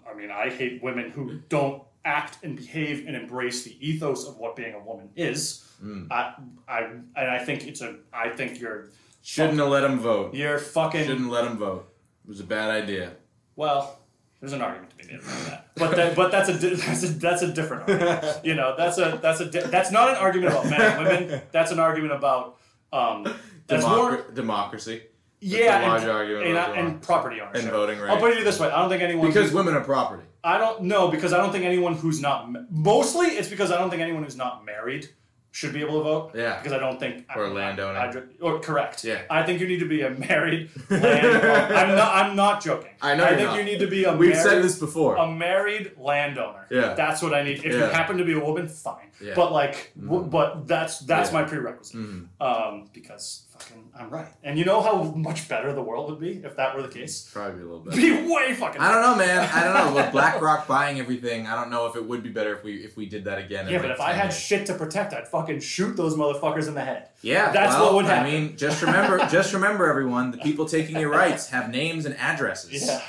A: I mean, I hate women who don't act and behave and embrace the ethos of what being a woman is.
B: Hmm.
A: I, I, and I think it's a. I think you're,
B: Shouldn't have let them vote.
A: you're fucking.
B: Shouldn't let them vote. It was a bad idea.
A: Well, there's an argument to be made about that, but that, but that's a di- that's a that's a different argument. You know, that's a that's a di- that's not an argument about men and women. That's an argument about. Um, that's
B: Democ-
A: more
B: democracy.
A: yeah,
B: a large
A: and,
B: argument
A: and,
B: about
A: I- and
B: democracy.
A: property ownership
B: And voting
A: I'll put
B: rights.
A: it this way: I don't think anyone
B: Because women are property.
A: I don't know because I don't think anyone who's not ma- mostly it's because I don't think anyone who's not married should be able to vote.
B: Yeah.
A: Because I don't think
B: Or
A: I,
B: landowner.
A: I, or correct.
B: Yeah.
A: I think you need to be a married. landowner. I'm not. I'm not joking.
B: I know
A: I
B: you're
A: think
B: not.
A: you need to be a.
B: We've
A: married,
B: said this before.
A: a married landowner.
B: Yeah.
A: That's what I need. If you
B: Yeah.
A: happen to be a woman, fine.
B: Yeah. Mm-hmm.
A: But like, w- but that's that's
B: Yeah. Mm-hmm.
A: my prerequisite. Um, because fucking, I'm right. And you know how much better the world would be if that were the case.
B: Probably a little bit.
A: Be way fucking.
B: I don't know, man. I don't know. With BlackRock buying everything, I don't know if it would be better if we if we did that again. in
A: Yeah,
B: like
A: but if I
B: 10
A: had
B: years.
A: shit to protect, I'd fucking shoot those motherfuckers in the head.
B: yeah,
A: that's
B: well,
A: what would
B: I
A: happen.
B: mean, just remember, just remember, everyone. The people taking your rights have names and addresses.
A: Yeah.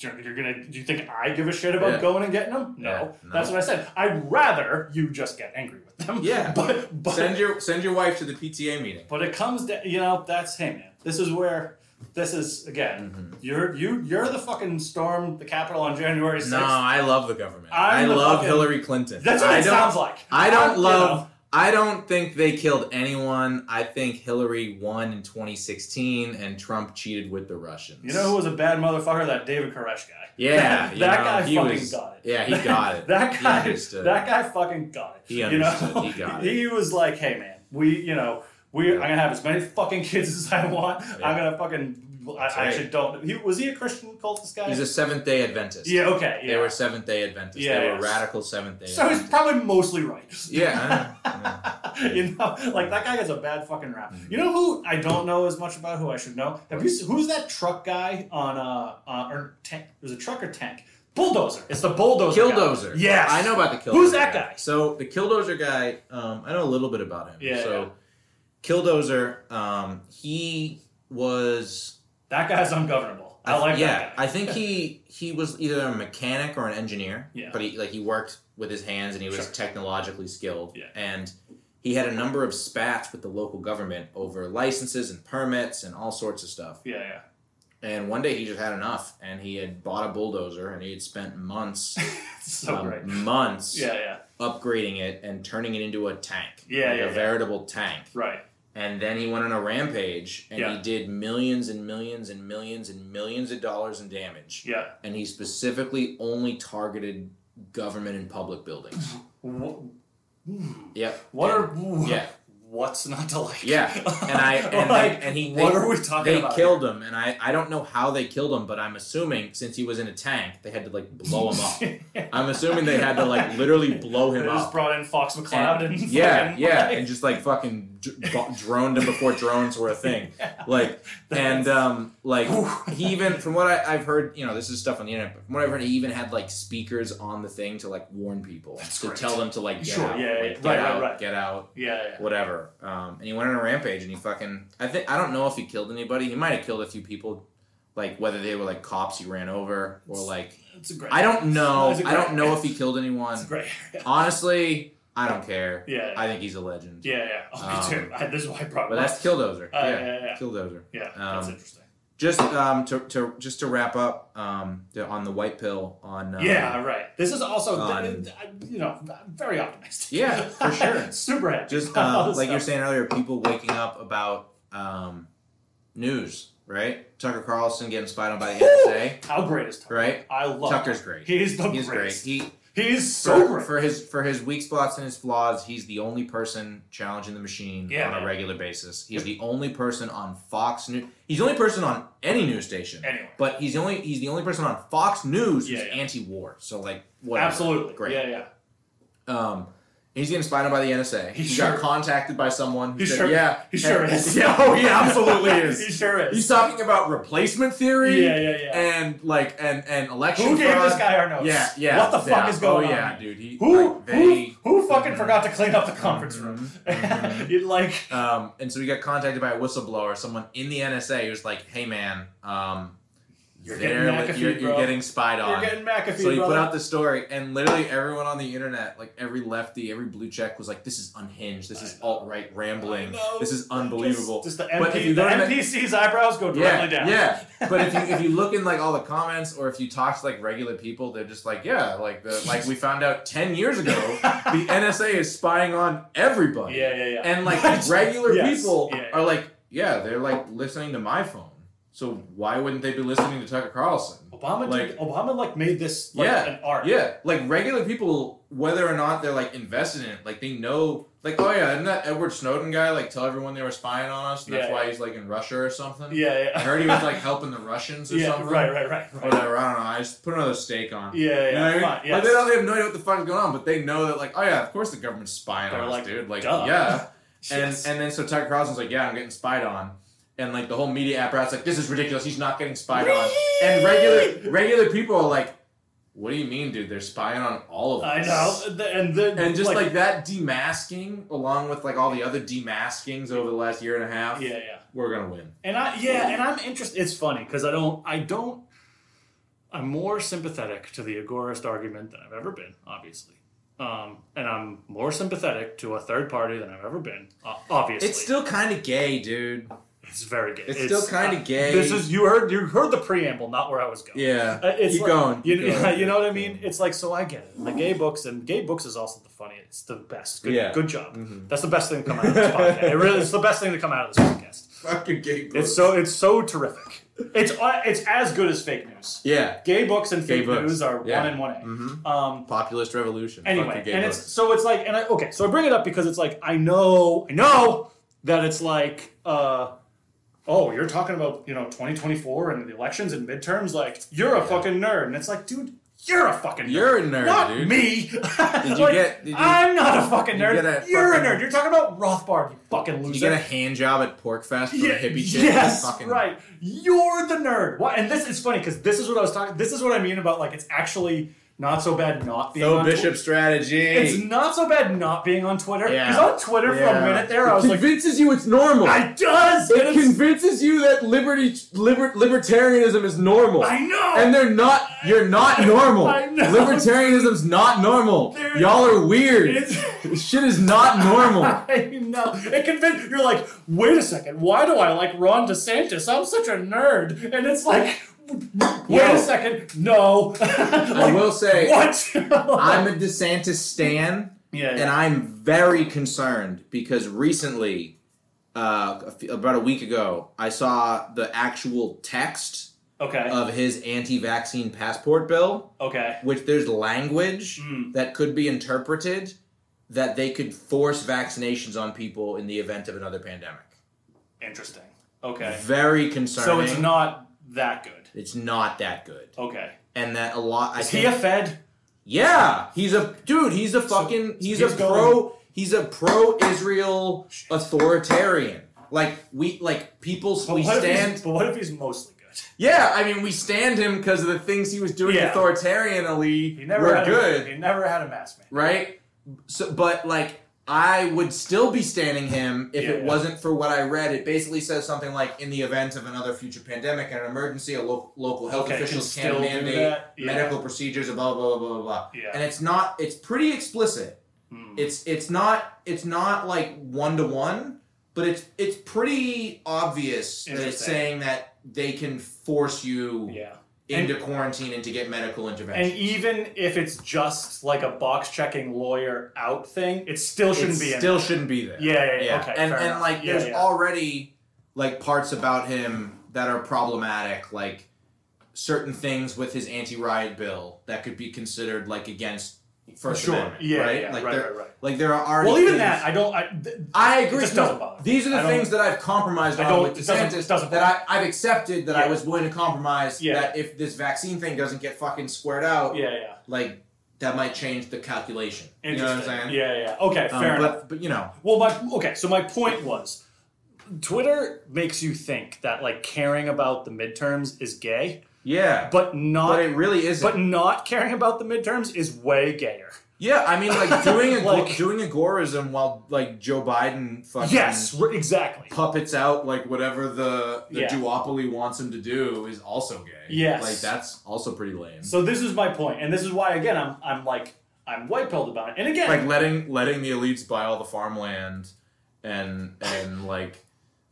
A: You're you're gonna. Do you think I give a shit about
B: Yeah.
A: going and getting them? No,
B: Yeah, no.
A: that's what I said. I'd rather you just get angry with them.
B: Yeah.
A: but but
B: Send your send your wife to the PTA meeting.
A: but it comes to you know that's hey man. This is where this is again. You're you you're the fucking storm the Capitol on January sixth.
B: No, I love the government.
A: I'm
B: I
A: the
B: love
A: fucking-
B: Hillary Clinton.
A: That's what
B: I
A: it
B: don't-
A: sounds like.
B: I don't
A: I'm, you
B: love.
A: know.
B: I don't think they killed anyone. I think Hillary won in 2016, and Trump cheated with the Russians.
A: You know who was a bad motherfucker? That David Koresh guy.
B: Yeah,
A: that
B: you know,
A: guy
B: he
A: fucking
B: was-
A: got it.
B: yeah, he got it.
A: that
B: He
A: guy,
B: understood.
A: that guy fucking got it.
B: He
A: You know?
B: understood. He got it.
A: He was like, "Hey, man, we, you know, we, I'm gonna have as many fucking kids as I want. I'm gonna fucking. I, I
B: right.
A: actually don't. He was he a Christian cultist guy?
B: He's a Seventh Day Adventist.
A: yeah. Okay. Yeah.
B: They were Seventh Day Adventists.
A: Yeah,
B: they
A: yeah.
B: were radical Seventh Day.
A: so he's
B: Adventists.
A: probably mostly right.
B: yeah, I know, Mm-hmm. yeah.
A: you know, like that guy gets a bad fucking rap. You know who I don't know as much about who I should know. Have you? se- Who's that truck guy on uh, uh or tank? It was a truck or tank. Bulldozer. It's the bulldozer. guy.
B: Killdozer.
A: Yes.
B: I know about the Killdozer.
A: Who's that guy?
B: So the Killdozer guy, um, I know a little bit about him.
A: Yeah,
B: So
A: yeah.
B: Killdozer, um, he was.
A: That guy's ungovernable. I like
B: yeah,
A: that guy.
B: I think he he was either a mechanic or an engineer.
A: Yeah.
B: But he like he worked with his hands and he was
A: Sure.
B: technologically skilled.
A: Yeah.
B: And he had a number of spats with the local government over licenses and permits and all sorts of stuff.
A: yeah, yeah.
B: And one day he just had enough and he had bought a bulldozer and he had spent months
A: so
B: um,
A: great.
B: months
A: Yeah, yeah,
B: upgrading it and turning it into a tank.
A: Yeah,
B: like
A: yeah,
B: a
A: yeah.
B: veritable tank.
A: right.
B: and then he went on a rampage and
A: Yeah.
B: he did millions and millions and millions and millions of dollars in damage.
A: Yeah.
B: And he specifically only targeted government and public buildings.
A: Wh-
B: Yep.
A: What
B: And-
A: are
B: Yeah.
A: What's not to like?
B: Yeah, and I and,
A: Like,
B: they, and he
A: what
B: they,
A: are we talking
B: they
A: about?
B: killed him, and I I don't know how they killed him, but I'm assuming since he was in a tank, they had to like blow him up. I'm assuming they had to like literally blow
A: They
B: him
A: just
B: up.
A: brought in Fox McCloud and,
B: yeah,
A: fucking,
B: yeah,
A: like-
B: and just like fucking dr- bo- droned him before drones were a thing. Like and um like he even from what I, I've heard, you know, this is stuff on the internet. But from what I've heard, he even had like speakers on the thing to like warn people
A: That's
B: to
A: great.
B: tell them to like get
A: Sure,
B: out,
A: yeah, yeah,
B: like,
A: yeah.
B: get
A: Right, right,
B: out,
A: right.
B: get out
A: yeah, yeah.
B: whatever. Um, and he went on a rampage and he fucking I think I don't know if he killed anybody. He might have killed a few people, like whether they were like cops he ran over or like
A: It's a great.
B: I don't know.
A: It's a
B: I don't
A: great-
B: know if he killed
A: It's
B: anyone.
A: a great. area.
B: Honestly, I don't care.
A: Yeah,
B: I think he's a legend.
A: yeah, yeah. Oh, me
B: Um,
A: too. I, this is why I brought.
B: But that's Killdozer.
A: Uh,
B: yeah,
A: yeah, yeah.
B: Killdozer.
A: yeah. That's
B: um,
A: interesting.
B: Just um to, to just to wrap up um the, on the white pill on uh,
A: yeah, right. This is also,
B: on-
A: th- th- you know, I'm very optimistic.
B: Yeah, for sure.
A: Super happy.
B: just
A: about all
B: uh,
A: this
B: like you're
A: stuff.
B: saying earlier, people waking up about um news, right? Tucker Carlson getting spied on by the
A: Whew!
B: NSA,
A: How great is Tucker?
B: right?
A: I love
B: Tucker's great.
A: He's the
B: He's great.
A: greatest.
B: He
A: He's so
B: for,
A: great.
B: for his for his weak spots and his flaws, he's the only person challenging the machine
A: Yeah,
B: on a
A: man.
B: regular basis. He's the only person on Fox News. He's the only person on any news station.
A: anyway,
B: But he's the only he's the only person on Fox News who's
A: Yeah, yeah.
B: anti-war. So like whatever.
A: absolutely
B: Great.
A: Yeah, yeah.
B: Um, he's getting spied on by the NSA.
A: He
B: He,
A: sure-
B: got contacted by someone. who
A: He
B: said,
A: sure-
B: Yeah,
A: he sure
B: hey-
A: is.
B: Yeah, oh, he absolutely
A: he
B: is.
A: sure is.
B: He's talking about replacement theory
A: yeah, yeah, yeah.
B: and like and and election
A: Who gave
B: fraud.
A: this guy our notes?
B: Yeah, yeah.
A: What the fuck
B: yeah.
A: is going
B: oh,
A: on?
B: Yeah, dude. He,
A: Who,
B: like, they,
A: who, who fucking
B: Mhm.
A: forgot to clean up the conference room?
B: Mhm, mhm.
A: You'd like,
B: Um, and so he got contacted by a whistleblower, someone in the NSA, who was like, "Hey, man, um,
A: You're
B: they're-
A: getting McAfee,
B: you're, you're
A: bro.
B: getting spied on."
A: you're getting McAfee,
B: So he
A: brother.
B: put out the story, and literally everyone on the internet, like every lefty, every blue check, was like, "This is unhinged. This is
A: I know.
B: alt right
A: I
B: rambling.
A: know.
B: This is unbelievable."
A: Just, just the,
B: But if
A: MP,
B: you
A: the
B: go to the-
A: NPC's eyebrows go
B: yeah,
A: directly down.
B: yeah. But if you if you look in like all the comments, or if you talk to like regular people, they're just like, "Yeah, like the like we found out ten years ago, the NSA is spying on everybody."
A: yeah, yeah, yeah.
B: And like these regular
A: Yes.
B: people
A: Yeah, yeah.
B: are like, "Yeah, they're like listening to my phone. So why wouldn't they be listening to Tucker Carlson?"
A: Obama,
B: like-
A: did, Obama like made this like
B: Yeah,
A: an art.
B: Yeah, like regular people, whether or not they're like invested in it, like they know, like oh yeah, didn't that Edward Snowden guy like tell everyone they were spying on us, and that's
A: Yeah,
B: why he's like in Russia or something.
A: yeah, yeah.
B: I heard he was like helping the Russians or
A: yeah,
B: something.
A: right, right, right, right.
B: Whatever, I don't know. I just put another stake on.
A: Yeah, yeah,
B: You know what I mean?
A: fine, yes.
B: Like they don't they have no idea what the fuck is going on, but they know that like oh yeah, of course the government's spying
A: They're
B: on
A: like,
B: us, dude. Like
A: duh.
B: yeah, and
A: Yes.
B: and then so Tucker Carlson's like yeah, I'm getting spied on. And like the whole media apparatus, like this is ridiculous. He's not getting spied on. And regular regular people are like, "What do you mean, dude? They're spying on all of
A: I
B: us."
A: know, The- and then
B: And just like, that demasking, along with like all the other demaskings over the last year and a half,
A: yeah, yeah.
B: we're gonna win.
A: And I yeah, and I'm interested. It's funny because I don't I don't I'm more sympathetic to the agorist argument than I've ever been, obviously. Um, and I'm more sympathetic to a third party than I've ever been, uh, obviously.
B: It's still kind of gay, dude.
A: it's very good.
B: it's still kinda
A: uh,
B: gay.
A: This is you heard you heard the preamble, not where I was going.
B: Yeah,
A: Uh, It's
B: keep
A: like-
B: going.
A: You,
B: keep going.
A: you know what I mean? It's like so I get it. The gay books and gay books is also the funniest. It's the best. Good,
B: Yeah.
A: good job.
B: Mhm.
A: That's the best thing to come out of this podcast. It really it's the best thing to come out of this podcast.
B: Fucking gay. Books.
A: It's so it's so terrific. It's uh, it's as good as fake news.
B: yeah.
A: Gay books and
B: Gay
A: fake
B: books.
A: news are
B: Yeah.
A: one and one A.
B: Mm-hmm.
A: Um,
B: Populist revolution.
A: anyway,
B: Fucking gay
A: and it's
B: books.
A: so it's like and I okay, so I bring it up because it's like I know I know that it's like uh, oh you're talking about you know 2024 and the elections and midterms like you're a
B: Yeah.
A: fucking nerd and it's like dude you're a fucking nerd.
B: You're a nerd,
A: Not
B: dude.
A: me. Did
B: you get- did you-
A: I'm not a fucking
B: you
A: nerd.
B: get a
A: you're
B: fucking-
A: a nerd. You're talking about Rothbard, you fucking loser.
B: You get a hand job at Porkfest from a hippie chick.
A: Yes,
B: That's fucking,
A: right. You're the nerd. Why And this is funny because this is what I was talking. This is what I mean about like it's actually not so bad not being
B: Throw
A: on
B: bishop strategy.
A: Twi- It's not so bad not being on Twitter.
B: Yeah.
A: Because on Twitter for a minute there, I was like,
B: convinces you it's normal.
A: I does. and
B: it
A: it's-
B: convinces you that liberty, liber, libertarianism is normal.
A: I know.
B: And they're not. You're not normal.
A: I know.
B: Libertarianism's not normal.
A: They're-
B: Y'all are weird.
A: It's-
B: This shit is not normal.
A: I know. It convinced you're like, wait a second, why do I like Ron DeSantis? I'm such a nerd. And it's like, wait
B: Yo.
A: a second, no.
B: I will say,
A: what?
B: I'm a DeSantis stan.
A: yeah, yeah.
B: And I'm very concerned because recently uh, a few- about a week ago, I saw the actual text
A: Okay.
B: of his anti-vaccine passport bill,
A: okay.
B: which there's language
A: Mm.
B: that could be interpreted that they could force vaccinations on people in the event of another pandemic.
A: Interesting. Okay.
B: Very concerning.
A: So it's not that good.
B: It's not that good,
A: Okay.
B: and that a lot. I
A: Is
B: think,
A: he a Fed?
B: Yeah, he's a dude. He's a fucking. he's,
A: he's
B: a pro. He's a pro-Israel authoritarian. Like we, like people,
A: But
B: we
A: what if he's-
B: stand.
A: But what if he's mostly good?
B: Yeah, I mean, we stand him because of the things he was doing
A: Yeah.
B: authoritarianly.
A: He never
B: were
A: had
B: good,
A: A, he never had a mask man.
B: right? So, but like, I would still be standing him if it
A: Yeah.
B: wasn't for what I read. It basically says something like, in the event of another future pandemic and an emergency, a lo- local health
A: Okay, can
B: officials
A: still
B: can
A: do
B: mandate
A: that? Yeah.
B: medical procedures, blah blah blah blah blah. blah.
A: Yeah.
B: And it's not. It's pretty explicit.
A: Hmm.
B: It's it's not it's not like one to one, but it's it's pretty obvious that it's
A: Interesting.
B: saying that they can force you
A: yeah.
B: into quarantine and to get medical
A: And
B: intervention.
A: even if it's just like a box checking lawyer out thing, it still shouldn't
B: It
A: be. in-
B: still shouldn't be there.
A: Yeah, yeah, yeah, okay,
B: and
A: fair
B: and
A: enough.
B: like
A: Yeah,
B: there's
A: yeah.
B: already like parts about him that are problematic, like certain things with his anti-riot bill that could be considered like against First
A: Sure.
B: Amendment,
A: Yeah,
B: right?
A: yeah,
B: like
A: right,
B: there,
A: right, right.
B: like there are already
A: well, even
B: things-
A: that, I don't. I, th-
B: I agree.
A: It just
B: No,
A: doesn't bother me.
B: These are
A: I
B: the
A: don't-
B: things that I've compromised
A: I
B: on
A: don't-
B: with
A: it doesn't-
B: DeSantis
A: it doesn't
B: that I, I've accepted that I
A: Yeah.
B: was willing to compromise.
A: Yeah.
B: That if this vaccine thing doesn't get fucking squared out,
A: yeah, yeah.
B: like that might change the calculation. You know what I'm
A: Interesting.
B: saying?
A: Yeah, yeah. Okay,
B: Um,
A: fair
B: but
A: enough.
B: but you know,
A: Well, my okay. So my point was, Twitter makes you think that like caring about the midterms is gay,
B: yeah.
A: but
B: But
A: not
B: it really isn't.
A: but not caring about the midterms is way gayer.
B: yeah, I mean, like doing a
A: Like-
B: doing agorism while like Joe Biden fucking
A: Yes, r- exactly.
B: puppets out like whatever the, the
A: Yeah.
B: duopoly wants him to do is also gay.
A: Yes.
B: like that's also pretty lame.
A: So this is my point, and this is why again I'm I'm like I'm white pilled about it. And again,
B: like letting letting the elites buy all the farmland and and like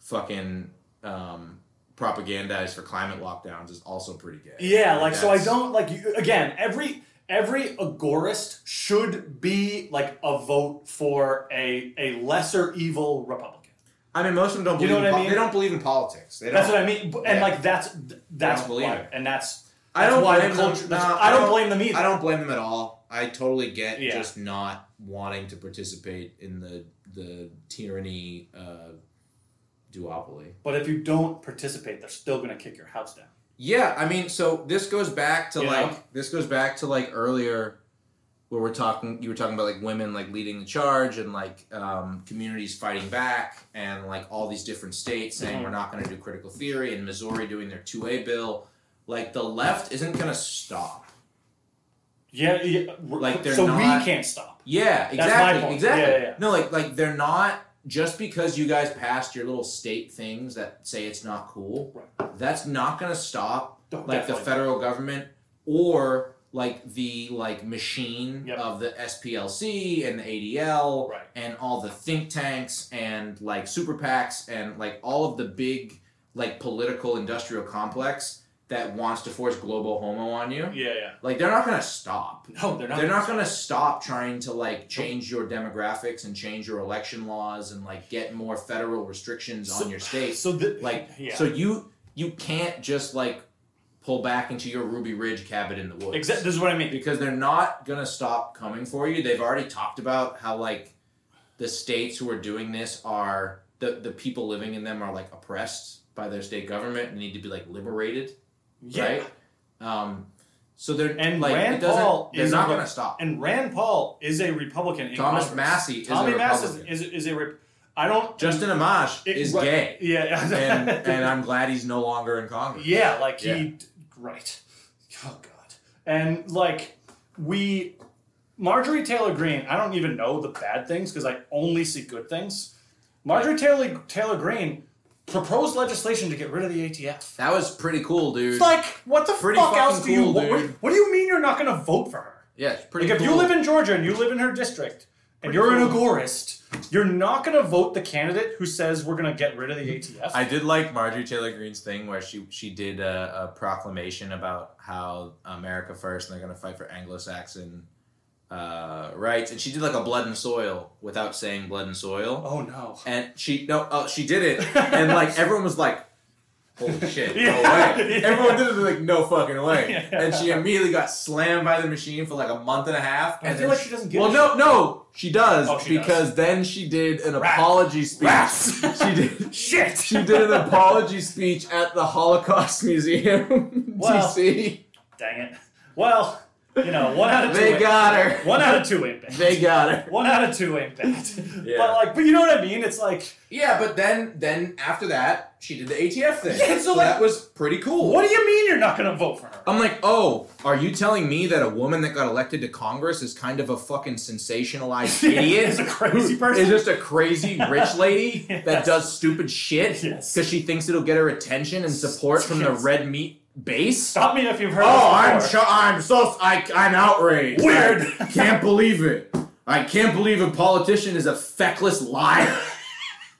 B: fucking um propagandize for climate lockdowns is also pretty gay.
A: yeah, like so I
B: that's-
A: don't like you, again every every agorist should be like a vote for a a lesser evil Republican.
B: I mean, most of them don't
A: You
B: believe.
A: know
B: in
A: what I
B: po-
A: mean?
B: They don't believe in politics. They
A: That's
B: don't.
A: what I mean, and
B: Yeah.
A: like that's that's
B: don't believe
A: why,
B: it.
A: and that's.
B: I don't
A: that's why
B: blame
A: the
B: them.
A: culture. that's-
B: Nah,
A: I,
B: I
A: don't
B: don't-
A: blame them either.
B: I don't blame them at all. I totally get
A: Yeah.
B: just not wanting to participate in the the tyranny uh, duopoly.
A: But if you don't participate, they're still going to kick your house down.
B: Yeah, I mean, so this goes back to
A: You
B: like
A: know?
B: this goes back to like earlier where we're talking you were talking about like women like leading the charge and like um, communities fighting back and like all these different states saying
A: Mhm.
B: we're not going to do critical theory and Missouri doing their 2A bill like the left isn't going to stop.
A: Yeah, yeah we're-
B: Like, they're
A: so
B: not-
A: we can't stop.
B: Yeah, exactly.
A: my point.
B: Exactly.
A: Yeah, yeah, yeah.
B: No, like like they're not just because you guys passed your little state things that say it's not cool. That's not going to stop
A: No,
B: like the
A: definitely.
B: federal government or like the like machine
A: Yep.
B: of the SPLC and the ADL
A: Right.
B: and all the think tanks and like super PACs and like all of the big like political industrial complex that wants to force global homo on you.
A: Yeah, yeah.
B: Like they're not going to stop.
A: No, they're not.
B: They're not going to stop trying to like change your demographics and change your election laws and like get more federal restrictions
A: So-
B: on your states
A: So the,
B: like
A: yeah.
B: so you you can't just like pull back into your ruby ridge cabin in the woods
A: Exactly. This is what I mean.
B: because they're not gonna stop coming for you they've already talked about how like the states who are doing this are the, the people living in them are like oppressed by their state government and need to be like liberated
A: Yeah.
B: right um so they're
A: And
B: like
A: Rand
B: it doesn't
A: Paul
B: they're
A: is
B: not
A: a-
B: gonna stop
A: And Rand Paul is a Republican. In
B: Thomas
A: Congress.
B: Massey is
A: Tommy
B: a
A: Massey
B: Republican.
A: is, is a. Rep- I don't.
B: Justin Amash
A: it-
B: is
A: right.
B: gay
A: Yeah.
B: and and I'm glad he's no longer in Congress
A: Yeah, like
B: Yeah.
A: he right. Oh god. And like we Marjorie Taylor Greene, I don't even know the bad things because I only see good things. Marjorie Taylor Taylor Greene proposed legislation to get rid of the ATF.
B: that was pretty cool dude
A: It's like what the
B: Pretty
A: fuck
B: fucking
A: else do you
B: cool,
A: what, what-
B: dude.
A: what do you mean you're not going to vote for her?
B: yeah it's pretty
A: Like if
B: cool.
A: you live in Georgia and you live in her district and you're an agorist, you're not going to vote the candidate who says we're going to get rid of the ATF.
B: I did like Marjorie Taylor Greene's thing where she she did a, a proclamation about how America first and they're going to fight for Anglo-Saxon uh, rights, and she did like a blood and soil without saying blood and soil,
A: Oh no.
B: and she no, oh, she did it, and like everyone was like. Holy shit! No
A: Yeah.
B: way! Everyone did it like no fucking way,
A: Yeah.
B: and she immediately got slammed by the machine for like a month and a half.
A: I
B: and
A: feel
B: then
A: like she doesn't give.
B: well,
A: a
B: no,
A: shit.
B: no, she does
A: Oh, she does.
B: because then she did an
A: Rats.
B: apology speech.
A: Rats.
B: She did.
A: Shit.
B: She did an apology speech at the Holocaust Museum, in
A: Well,
B: DC.
A: Dang it. Well, you know, one out of two.
B: They
A: ain't-
B: got her.
A: One out of two impact.
B: They got her.
A: one out of two impact.
B: Yeah.
A: But like, but you know what I mean? It's like,
C: Yeah, but then then after that, she did the ATF thing.
A: Yeah, so
C: so
A: like-
C: that was pretty cool.
A: what do you mean you're not gonna vote for her?
B: I'm like, oh, are you telling me that a woman that got elected to Congress is kind of a fucking sensationalized idiot?
A: Is a crazy person?
B: Is just a crazy rich lady that
A: Yes.
B: does stupid shit
A: Yes.
B: because she thinks it'll get her attention and support from the
A: Yes.
B: red meat base?
A: Stop me if you've heard.
B: Oh, I'm
A: this
B: sho I'm so I, I'm outraged.
A: Weird.
B: I can't believe it. I can't believe a politician is a feckless liar.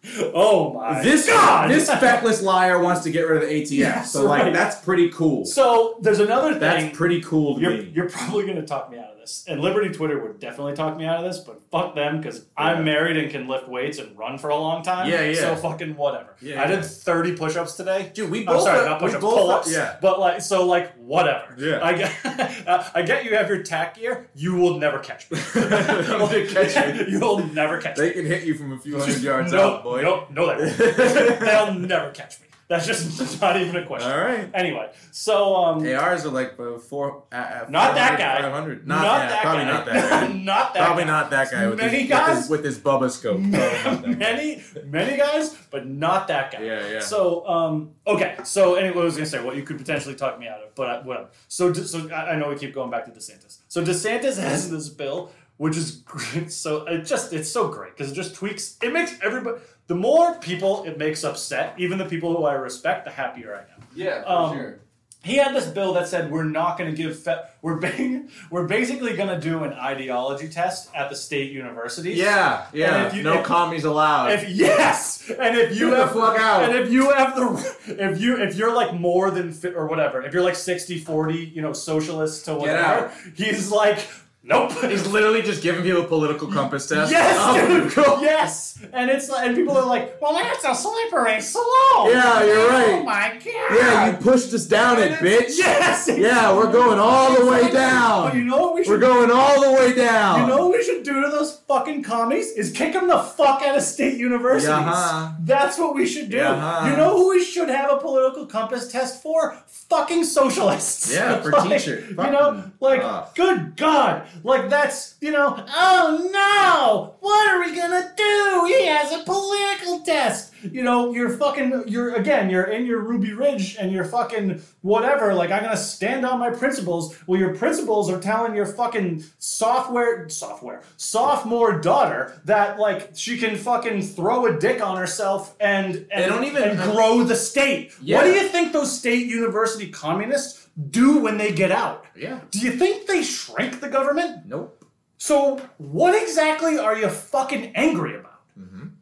A: before. Oh my
B: this
A: god!
B: this feckless liar wants to get rid of the ATF.
A: Yes,
B: so like
A: right.
B: that's pretty cool.
A: so there's another thing.
B: That's pretty cool to
A: you're,
B: me.
A: you're probably going to talk me out of this. And Liberty Twitter would definitely talk me out of this, but fuck them because
B: Yeah.
A: I'm married and can lift weights and run for a long time.
B: Yeah, yeah.
A: So fucking whatever.
B: Yeah,
A: I
B: yeah.
A: did 30 push ups today.
B: Dude, we
A: I'm
B: both
A: Oh, sorry,
B: are-
A: not
B: Oh, we
A: push ups,
B: both
A: pull
B: are-
A: ups.
B: Yeah.
A: But like, so like, whatever.
B: Yeah.
A: I get, uh, I get you have your tack gear. You will never catch me.
B: They catch you.
A: you. will never catch me.
B: They can hit you from a few hundred yards
A: no,
B: out, boy.
A: no, no, they won't. They'll never catch me. That's just not even a question.
B: All right.
A: Anyway, so um,
B: ARs are like uh, four. Uh, uh,
A: Not that
B: 400,
A: guy.
B: 500.
A: not,
B: Not, yeah,
A: that
B: probably
A: guy.
B: not that guy.
A: not that
B: probably
A: guy.
B: not that guy with
A: Many
B: his,
A: guys-
B: with his with his bubba scope. Probably not that guy.
A: many, many guys, but not that guy.
B: Yeah, yeah.
A: So, um, okay. So, anyway, what I was gonna say, what you could potentially talk me out of, but uh, whatever. So, De- so I, I know we keep going back to DeSantis. So DeSantis has this bill, which is great. So it just it's so great because it just tweaks. It makes everybody. The more people it makes upset, even the people who I respect, the happier I am
C: Yeah, for
A: Um, sure. he had this bill that said we're not going to give fe- we're ba- we're basically going to do an ideology test at the state universities.
B: Yeah,
A: And
B: yeah.
A: if you-
B: no
A: if-
B: commies allowed.
A: If yes, and if you
B: Get the
A: have
B: fuck out.
A: and if you have the if you if you're like more than fi- or whatever, if you're like 60 40, you know, socialist to whatever,
B: out.
A: he's like nope.
B: He's literally just giving people a political compass test.
A: Yes,
B: Oh,
A: dude.
B: cool.
A: Yes, and it's like, and people are like, "Well, that's a slippery slope."
B: Yeah, you're
A: Oh
B: right.
A: my god.
B: Yeah, you pushed us down it, bitch.
A: Yes.
B: Yeah, we're going all the way
A: But you
B: down.
A: know what we should
B: We're going all the way down.
A: You know what we should do to those fucking commies is kick them the fuck out of state universities.
B: Yeah.
A: That's what we should do.
B: Yeah.
A: You know who we should have a political compass test for? Fucking socialists.
B: Yeah, for
A: Like,
B: teacher.
A: You know,
B: Fucking
A: like,
B: tough.
A: good God. Like, that's, you know, oh no, what are we gonna do? He has a political test. You know, you're fucking, you're, again, you're in your Ruby Ridge and you're fucking whatever. Like, I'm gonna stand on my principles. Well, your principles are telling your fucking software, software, sophomore daughter that, like, she can fucking throw a dick on herself and, and,
B: don't even-
A: and grow the state. What
B: Yeah.
A: do you think those state university communists do when they get out?
B: Yeah.
A: Do you think they shrink the government?
B: Nope.
A: So, what exactly are you fucking angry about?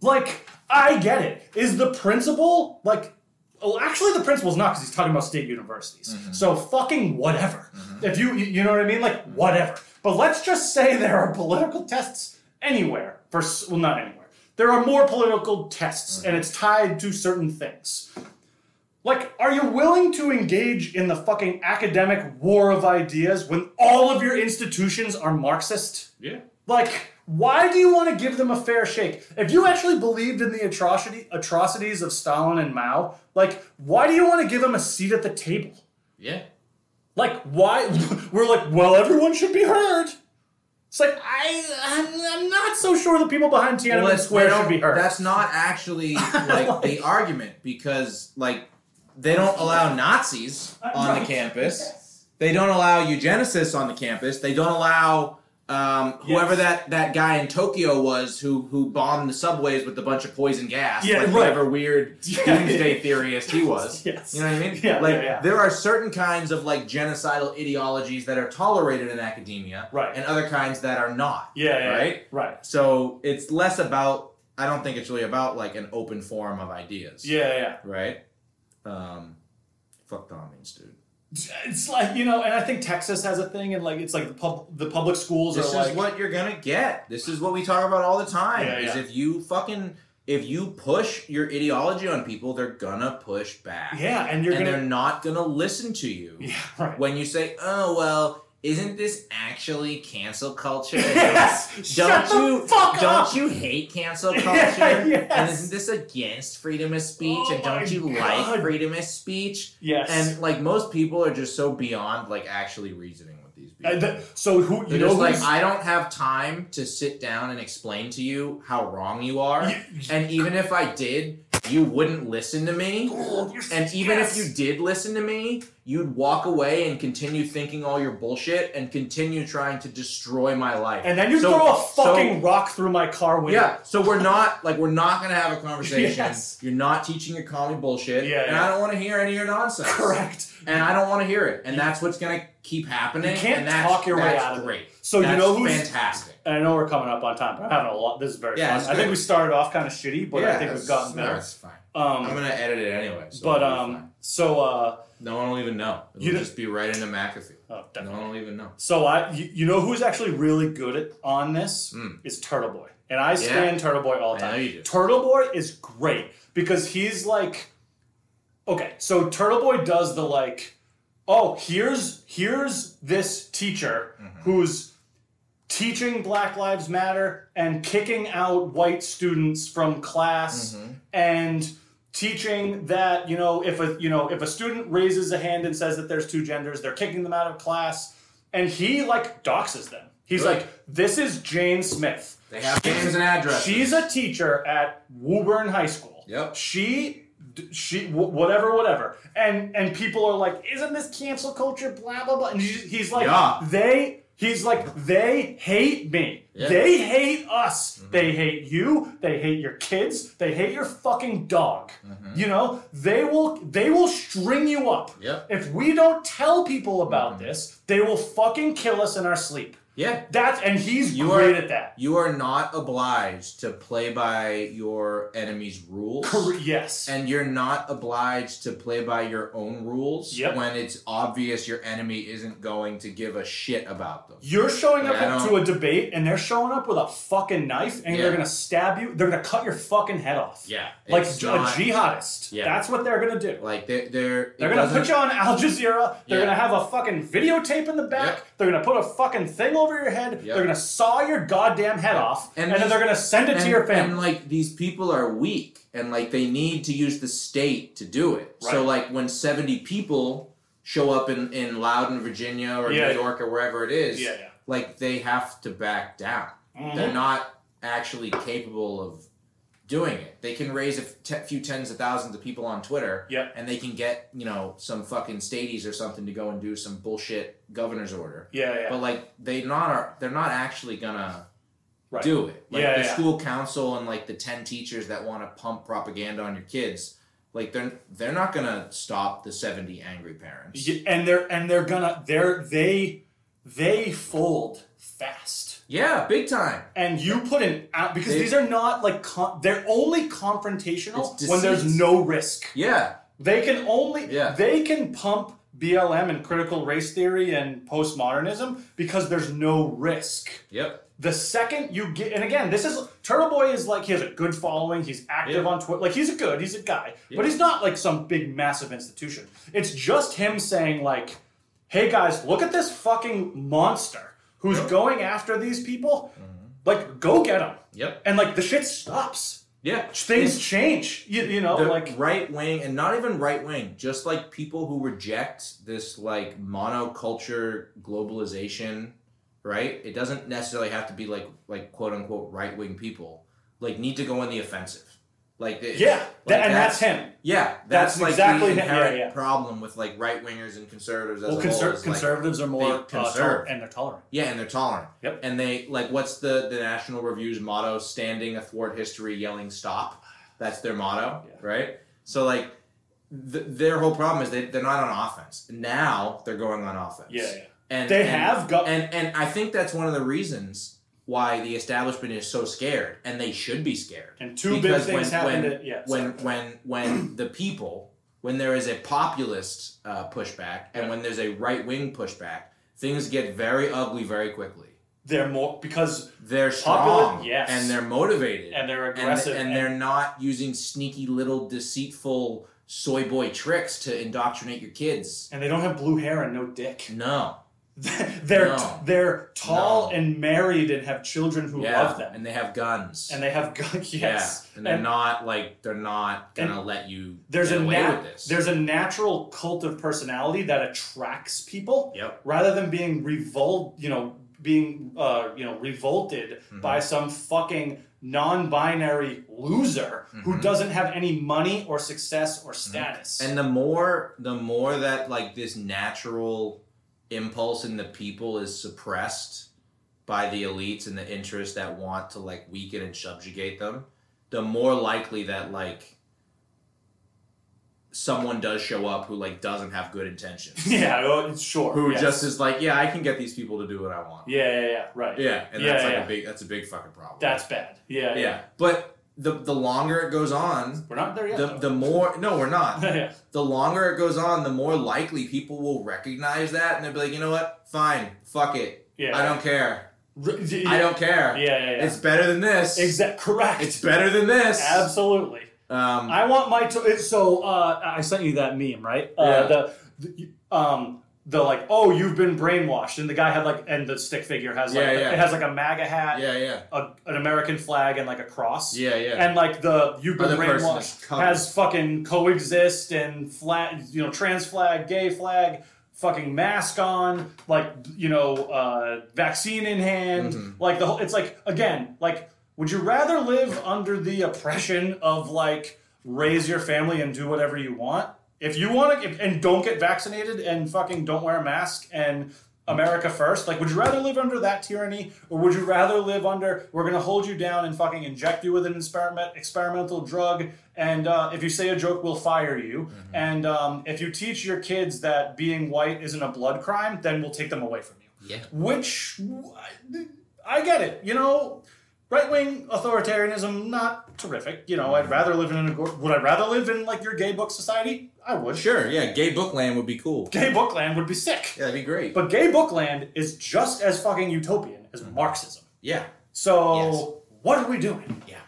A: Like, I get it. Is the principal, like, oh, actually, the principal's not because he's talking about state universities. So, fucking whatever. If you, you- you know what I mean? Like, whatever. But let's just say there are political tests anywhere. For, s- well, not anywhere. There are more political tests, and it's tied to certain things. Like, are you willing to engage in the fucking academic war of ideas when all of your institutions are Marxist?
B: Yeah.
A: Like, why do you want to give them a fair shake? If you actually believed in the atrocity atrocities of Stalin and Mao, like, why do you want to give them a seat at the table?
B: Yeah.
A: Like, why? We're like, well, everyone should be heard. It's like I, I'm, I'm not so sure the people behind Tiananmen
B: Well, that's-
A: Square
B: they
A: should
B: don't-
A: be heard.
B: That's not actually like the argument because like they don't allow Nazis on
A: Right.
B: the campus. They don't allow eugenicists on the campus. They don't allow um, whoever
A: Yes.
B: that, that guy in Tokyo was who who bombed the subways with a bunch of poison gas.
A: Yeah,
B: like
A: right.
B: whatever weird
A: Yeah.
B: doomsday theorist he was.
A: Yes.
B: You know what I mean?
A: Yeah,
B: like
A: yeah, yeah.
B: there are certain kinds of like genocidal ideologies that are tolerated in academia,
A: Right.
B: And other kinds that are not.
A: yeah, yeah,
B: Right.
A: right.
B: So it's less about. I don't think it's really about like an open forum of ideas.
A: Yeah, yeah.
B: Right. Um, fuck Don means, dude.
A: It's like you know, and I think Texas has a thing, and like it's like the pub, the public schools
B: This
A: are like
B: is what you're gonna get. This is what we talk about all the time.
A: Yeah,
B: is
A: yeah.
B: if you fucking if you push your ideology on people, they're gonna push back.
A: yeah, and you're
B: and
A: gonna
B: they're not gonna listen to you
A: yeah right.
B: when you say, "Oh well, isn't this actually cancel culture?"
A: yes,
B: Don't
A: shut
B: you
A: the fuck
B: don't
A: up.
B: you hate cancel culture?
A: Yeah,
B: And
A: yes.
B: isn't this against freedom of speech?
A: Oh
B: and don't
A: my
B: you like
A: God.
B: freedom of speech?
A: yes,
B: And like most people are just so beyond like actually reasoning with these people.
A: And th- so who you
B: They're
A: know
B: just like,
A: who's-
B: I don't have time to sit down and explain to you how wrong you are.
A: You-
B: And even if I did, you wouldn't listen to me. And even if you did listen to me, you'd walk away and continue thinking all your bullshit and continue trying to destroy my life.
A: and then you
B: So-
A: throw a
B: so-
A: fucking rock through my car window.
B: yeah, so we're not like we're not gonna have a conversation.
A: Yes.
B: You're not teaching your comedy bullshit,
A: Yeah,
B: and
A: yeah.
B: I don't want to hear any of your nonsense.
A: correct.
B: And I don't want to hear it, and
A: You-
B: that's what's gonna keep happening.
A: You can't
B: and that's,
A: talk your way
B: that's
A: out of it.
B: great.
A: So
B: That's
A: you know who's
B: fantastic.
A: and I know we're coming up on time, but I'm having a lot. This is very
B: Yeah, it's
A: fun. I think
B: good.
A: we started off kind of shitty, but
B: yeah,
A: I think we've
B: that's-
A: gotten
B: no,
A: better.
B: It's fine.
A: Um,
B: I'm gonna edit it anyway. So
A: but
B: it'll be
A: um,
B: fine.
A: so uh,
B: no one will even know. It'll
A: You don't-
B: just be right into McAfee.
A: oh,
B: No
A: definitely.
B: one will even know.
A: So I, you, you know who's actually really good at on this
B: Mm.
A: is Turtle Boy, and I stand Turtle Boy all the
B: I know
A: time.
B: you do.
A: Turtle Boy is great because he's like, okay, so Turtle Boy does the like, oh, here's here's this teacher who's teaching Black Lives Matter and kicking out white students from class and teaching that you know if a you know if a student raises a hand and says that there's two genders they're kicking them out of class and he like doxes them he's
B: Good.
A: like this is jane smith
B: They have names and addresses.
A: she's a teacher at Woburn High School.
B: Yep.
A: She, d- she, wh- whatever, whatever. And and people are like, isn't this cancel culture? Blah blah blah. And he's, he's like,
B: Yeah.
A: they. He's like, they hate me.
B: Yeah. Mm-hmm.
A: They hate us. They hate you. They hate your kids. They hate your fucking dog.
B: Mm-hmm.
A: You know, they will they will string you up.
B: Yep. Mm-hmm.
A: If we don't tell people about this, they will fucking kill us in our sleep.
B: yeah.
A: That's and he's
B: You
A: great
B: are-
A: at that.
B: You are not obliged to play by your enemy's rules.
A: Cor- Yes.
B: And you're not obliged to play by your own rules
A: Yep.
B: when it's obvious your enemy isn't going to give a shit about them.
A: You're showing up
B: Like, I
A: to a debate and they're showing up with a fucking knife and
B: Yeah.
A: they're gonna stab you. They're gonna cut your fucking head off.
B: Yeah.
A: Like
B: it's
A: a
B: not-
A: jihadist.
B: Yeah.
A: That's what they're gonna do.
B: Like they're they're, it
A: They're gonna
B: doesn't-
A: put you on Al Jazeera. They're
B: Yeah.
A: gonna have a fucking videotape in the back.
B: Yep.
A: They're gonna put a fucking thing over your head.
B: Yep.
A: They're gonna saw your goddamn head off.
B: And
A: And, then
B: these-
A: they're gonna send it
B: and,
A: to your
B: and,
A: family.
B: like these people are weak and like they need to use the state to do it. So
A: Right.
B: like when seventy people show up in, in Loudon, Virginia or
A: Yeah.
B: New York or wherever it is,
A: yeah, yeah.
B: like they have to back down.
A: Mhm.
B: They're not actually capable of doing it. They can raise a f- te- few tens of thousands of people on Twitter,
A: Yep.
B: and they can get you know some fucking stadies or something to go and do some bullshit governor's order.
A: Yeah, yeah.
B: But like they not are they're not actually gonna
A: Right.
B: do it. Like
A: Yeah,
B: the
A: yeah.
B: school council and like the ten teachers that want to pump propaganda on your kids, like they're they're not gonna stop the seventy angry parents.
A: Y- And they're and they're gonna they're they they fold fast.
B: Yeah, big time.
A: and you put an out because
B: They-
A: these are not like con- they're only confrontational
B: It's
A: when
B: disease.
A: there's no risk.
B: Yeah,
A: They can only
B: Yeah.
A: they can pump BLM and critical race theory and postmodernism because there's no risk.
B: yep.
A: The second you get, and again, this is Turtle Boy is like he has a good following. He's active
B: Yeah.
A: on Twitter. Like he's a good, he's a guy,
B: Yeah.
A: but he's not like some big massive institution. It's just him saying like, "Hey guys, look at this fucking monster who's
B: Yeah. Mm-hmm.
A: going after these people. Like, go get him."
B: Yep.
A: And like the shit stops.
B: Yeah.
A: Things change. You, you know,
B: the
A: like
B: right wing and not even right wing just like people who reject this like monoculture globalization right it doesn't necessarily have to be like like quote unquote right wing people like need to go on the offensive like it-
A: yeah,
B: like,
A: tha- and that's, him.
B: yeah that's,
A: That's
B: like
A: exactly
B: the
A: him. Yeah,
B: inherent
A: yeah.
B: problem with like right wingers and conservatives as
A: Well,
B: a whole
A: conser-
B: is, like,
A: conservatives are more
B: they
A: uh,
B: conserve.
A: toler- and they're tolerant.
B: yeah, and they're tolerant.
A: Yep.
B: And they like what's the the National Review's motto? Standing athwart history, yelling stop. That's their motto,
A: Yeah.
B: right? So like th- their whole problem is they they're not on offense. Now they're going on offense.
A: Yeah, yeah.
B: And
A: They
B: and-
A: have got
B: and and I think that's one of the reasons why the establishment is so scared, and they should be scared
A: and two big
B: because
A: things
B: when-
A: happened.
B: when-
A: that- yeah,
B: when when when the people when there is a populist uh, pushback and when there's a right wing pushback, things get very ugly very quickly.
A: They're more because
B: They're
A: Populist,
B: strong
A: yes.
B: and they're motivated
A: and they're
B: and,
A: aggressive
B: and they're not using sneaky little deceitful soy boy tricks to indoctrinate your kids.
A: and they don't have blue hair and no dick.
B: No.
A: they're
B: No.
A: they're tall
B: No.
A: and married and have children who
B: yeah.
A: love them
B: And they have guns.
A: and they have gun yes.
B: Yeah. And they're not like they're not gonna let you
A: there's
B: get
A: a
B: away
A: nat-
B: with this.
A: there's a natural cult of personality that attracts people
B: yep.
A: rather than being revolt you know being uh, you know revolted
B: Mm-hmm.
A: by some fucking non-binary loser who
B: Mhm.
A: doesn't have any money or success or status
B: Mm-hmm. And the more the more that like this natural impulse in the people is suppressed by the elites and the interests that want to like weaken and subjugate them, the more likely that like someone does show up who like doesn't have good intentions.
A: yeah well, sure
B: Who
A: yes.
B: just is like, yeah, I can get these people to do what I want.
A: yeah yeah yeah right
B: Yeah, and
A: Yeah,
B: that's like
A: yeah.
B: a big that's a big fucking problem.
A: that's bad yeah
B: yeah. But the the longer it goes on,
A: we're not there yet
B: the
A: though.
B: the more no, we're not.
A: yeah.
B: The longer it goes on, the more likely people will recognize that and they'll be like, you know what? Fine, fuck it.
A: yeah.
B: I don't care.
A: R- d-
B: I don't care.
A: Yeah, yeah, yeah.
B: It's better than this.
A: Exact. Correct.
B: It's better than this.
A: Absolutely.
B: Um,
A: I want my. To- it's so uh, I sent you that meme, right? Uh,
B: Yeah.
A: The, the um the like oh you've been brainwashed and the guy had like and the stick figure has like
B: Yeah, yeah.
A: it has like a MAGA hat,
B: yeah, yeah,
A: a, an American flag, and like a cross.
B: yeah, yeah.
A: And like the you've been
B: Other person is
A: brainwashed
B: covered.
A: has fucking coexist and flat you know trans flag, gay flag, fucking mask on, like you know uh, vaccine in hand,
B: Mhm.
A: like the whole. It's like again, like would you rather live under the oppression of like raise your family and do whatever you want if you want to and don't get vaccinated and fucking don't wear a mask and America first? Like, would you rather live under that tyranny, or would you rather live under we're gonna hold you down and fucking inject you with an experiment experimental drug, and uh, if you say a joke, we'll fire you, and um, if you teach your kids that being white isn't a blood crime, then we'll take them away from you.
B: Yeah.
A: Which I get it, you know. Right wing authoritarianism, not terrific. You know, I'd rather live in an agor- would I rather live in like your gay book society? I would.
B: Sure, yeah, gay bookland would be cool.
A: Gay bookland would be sick.
B: Yeah, that'd be great.
A: But gay bookland is just as fucking utopian as Marxism.
B: yeah,
A: So
B: Yes.
A: what are we doing?
B: Yeah.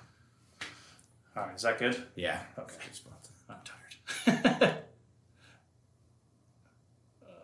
A: All right, is that good?
B: yeah.
A: Okay.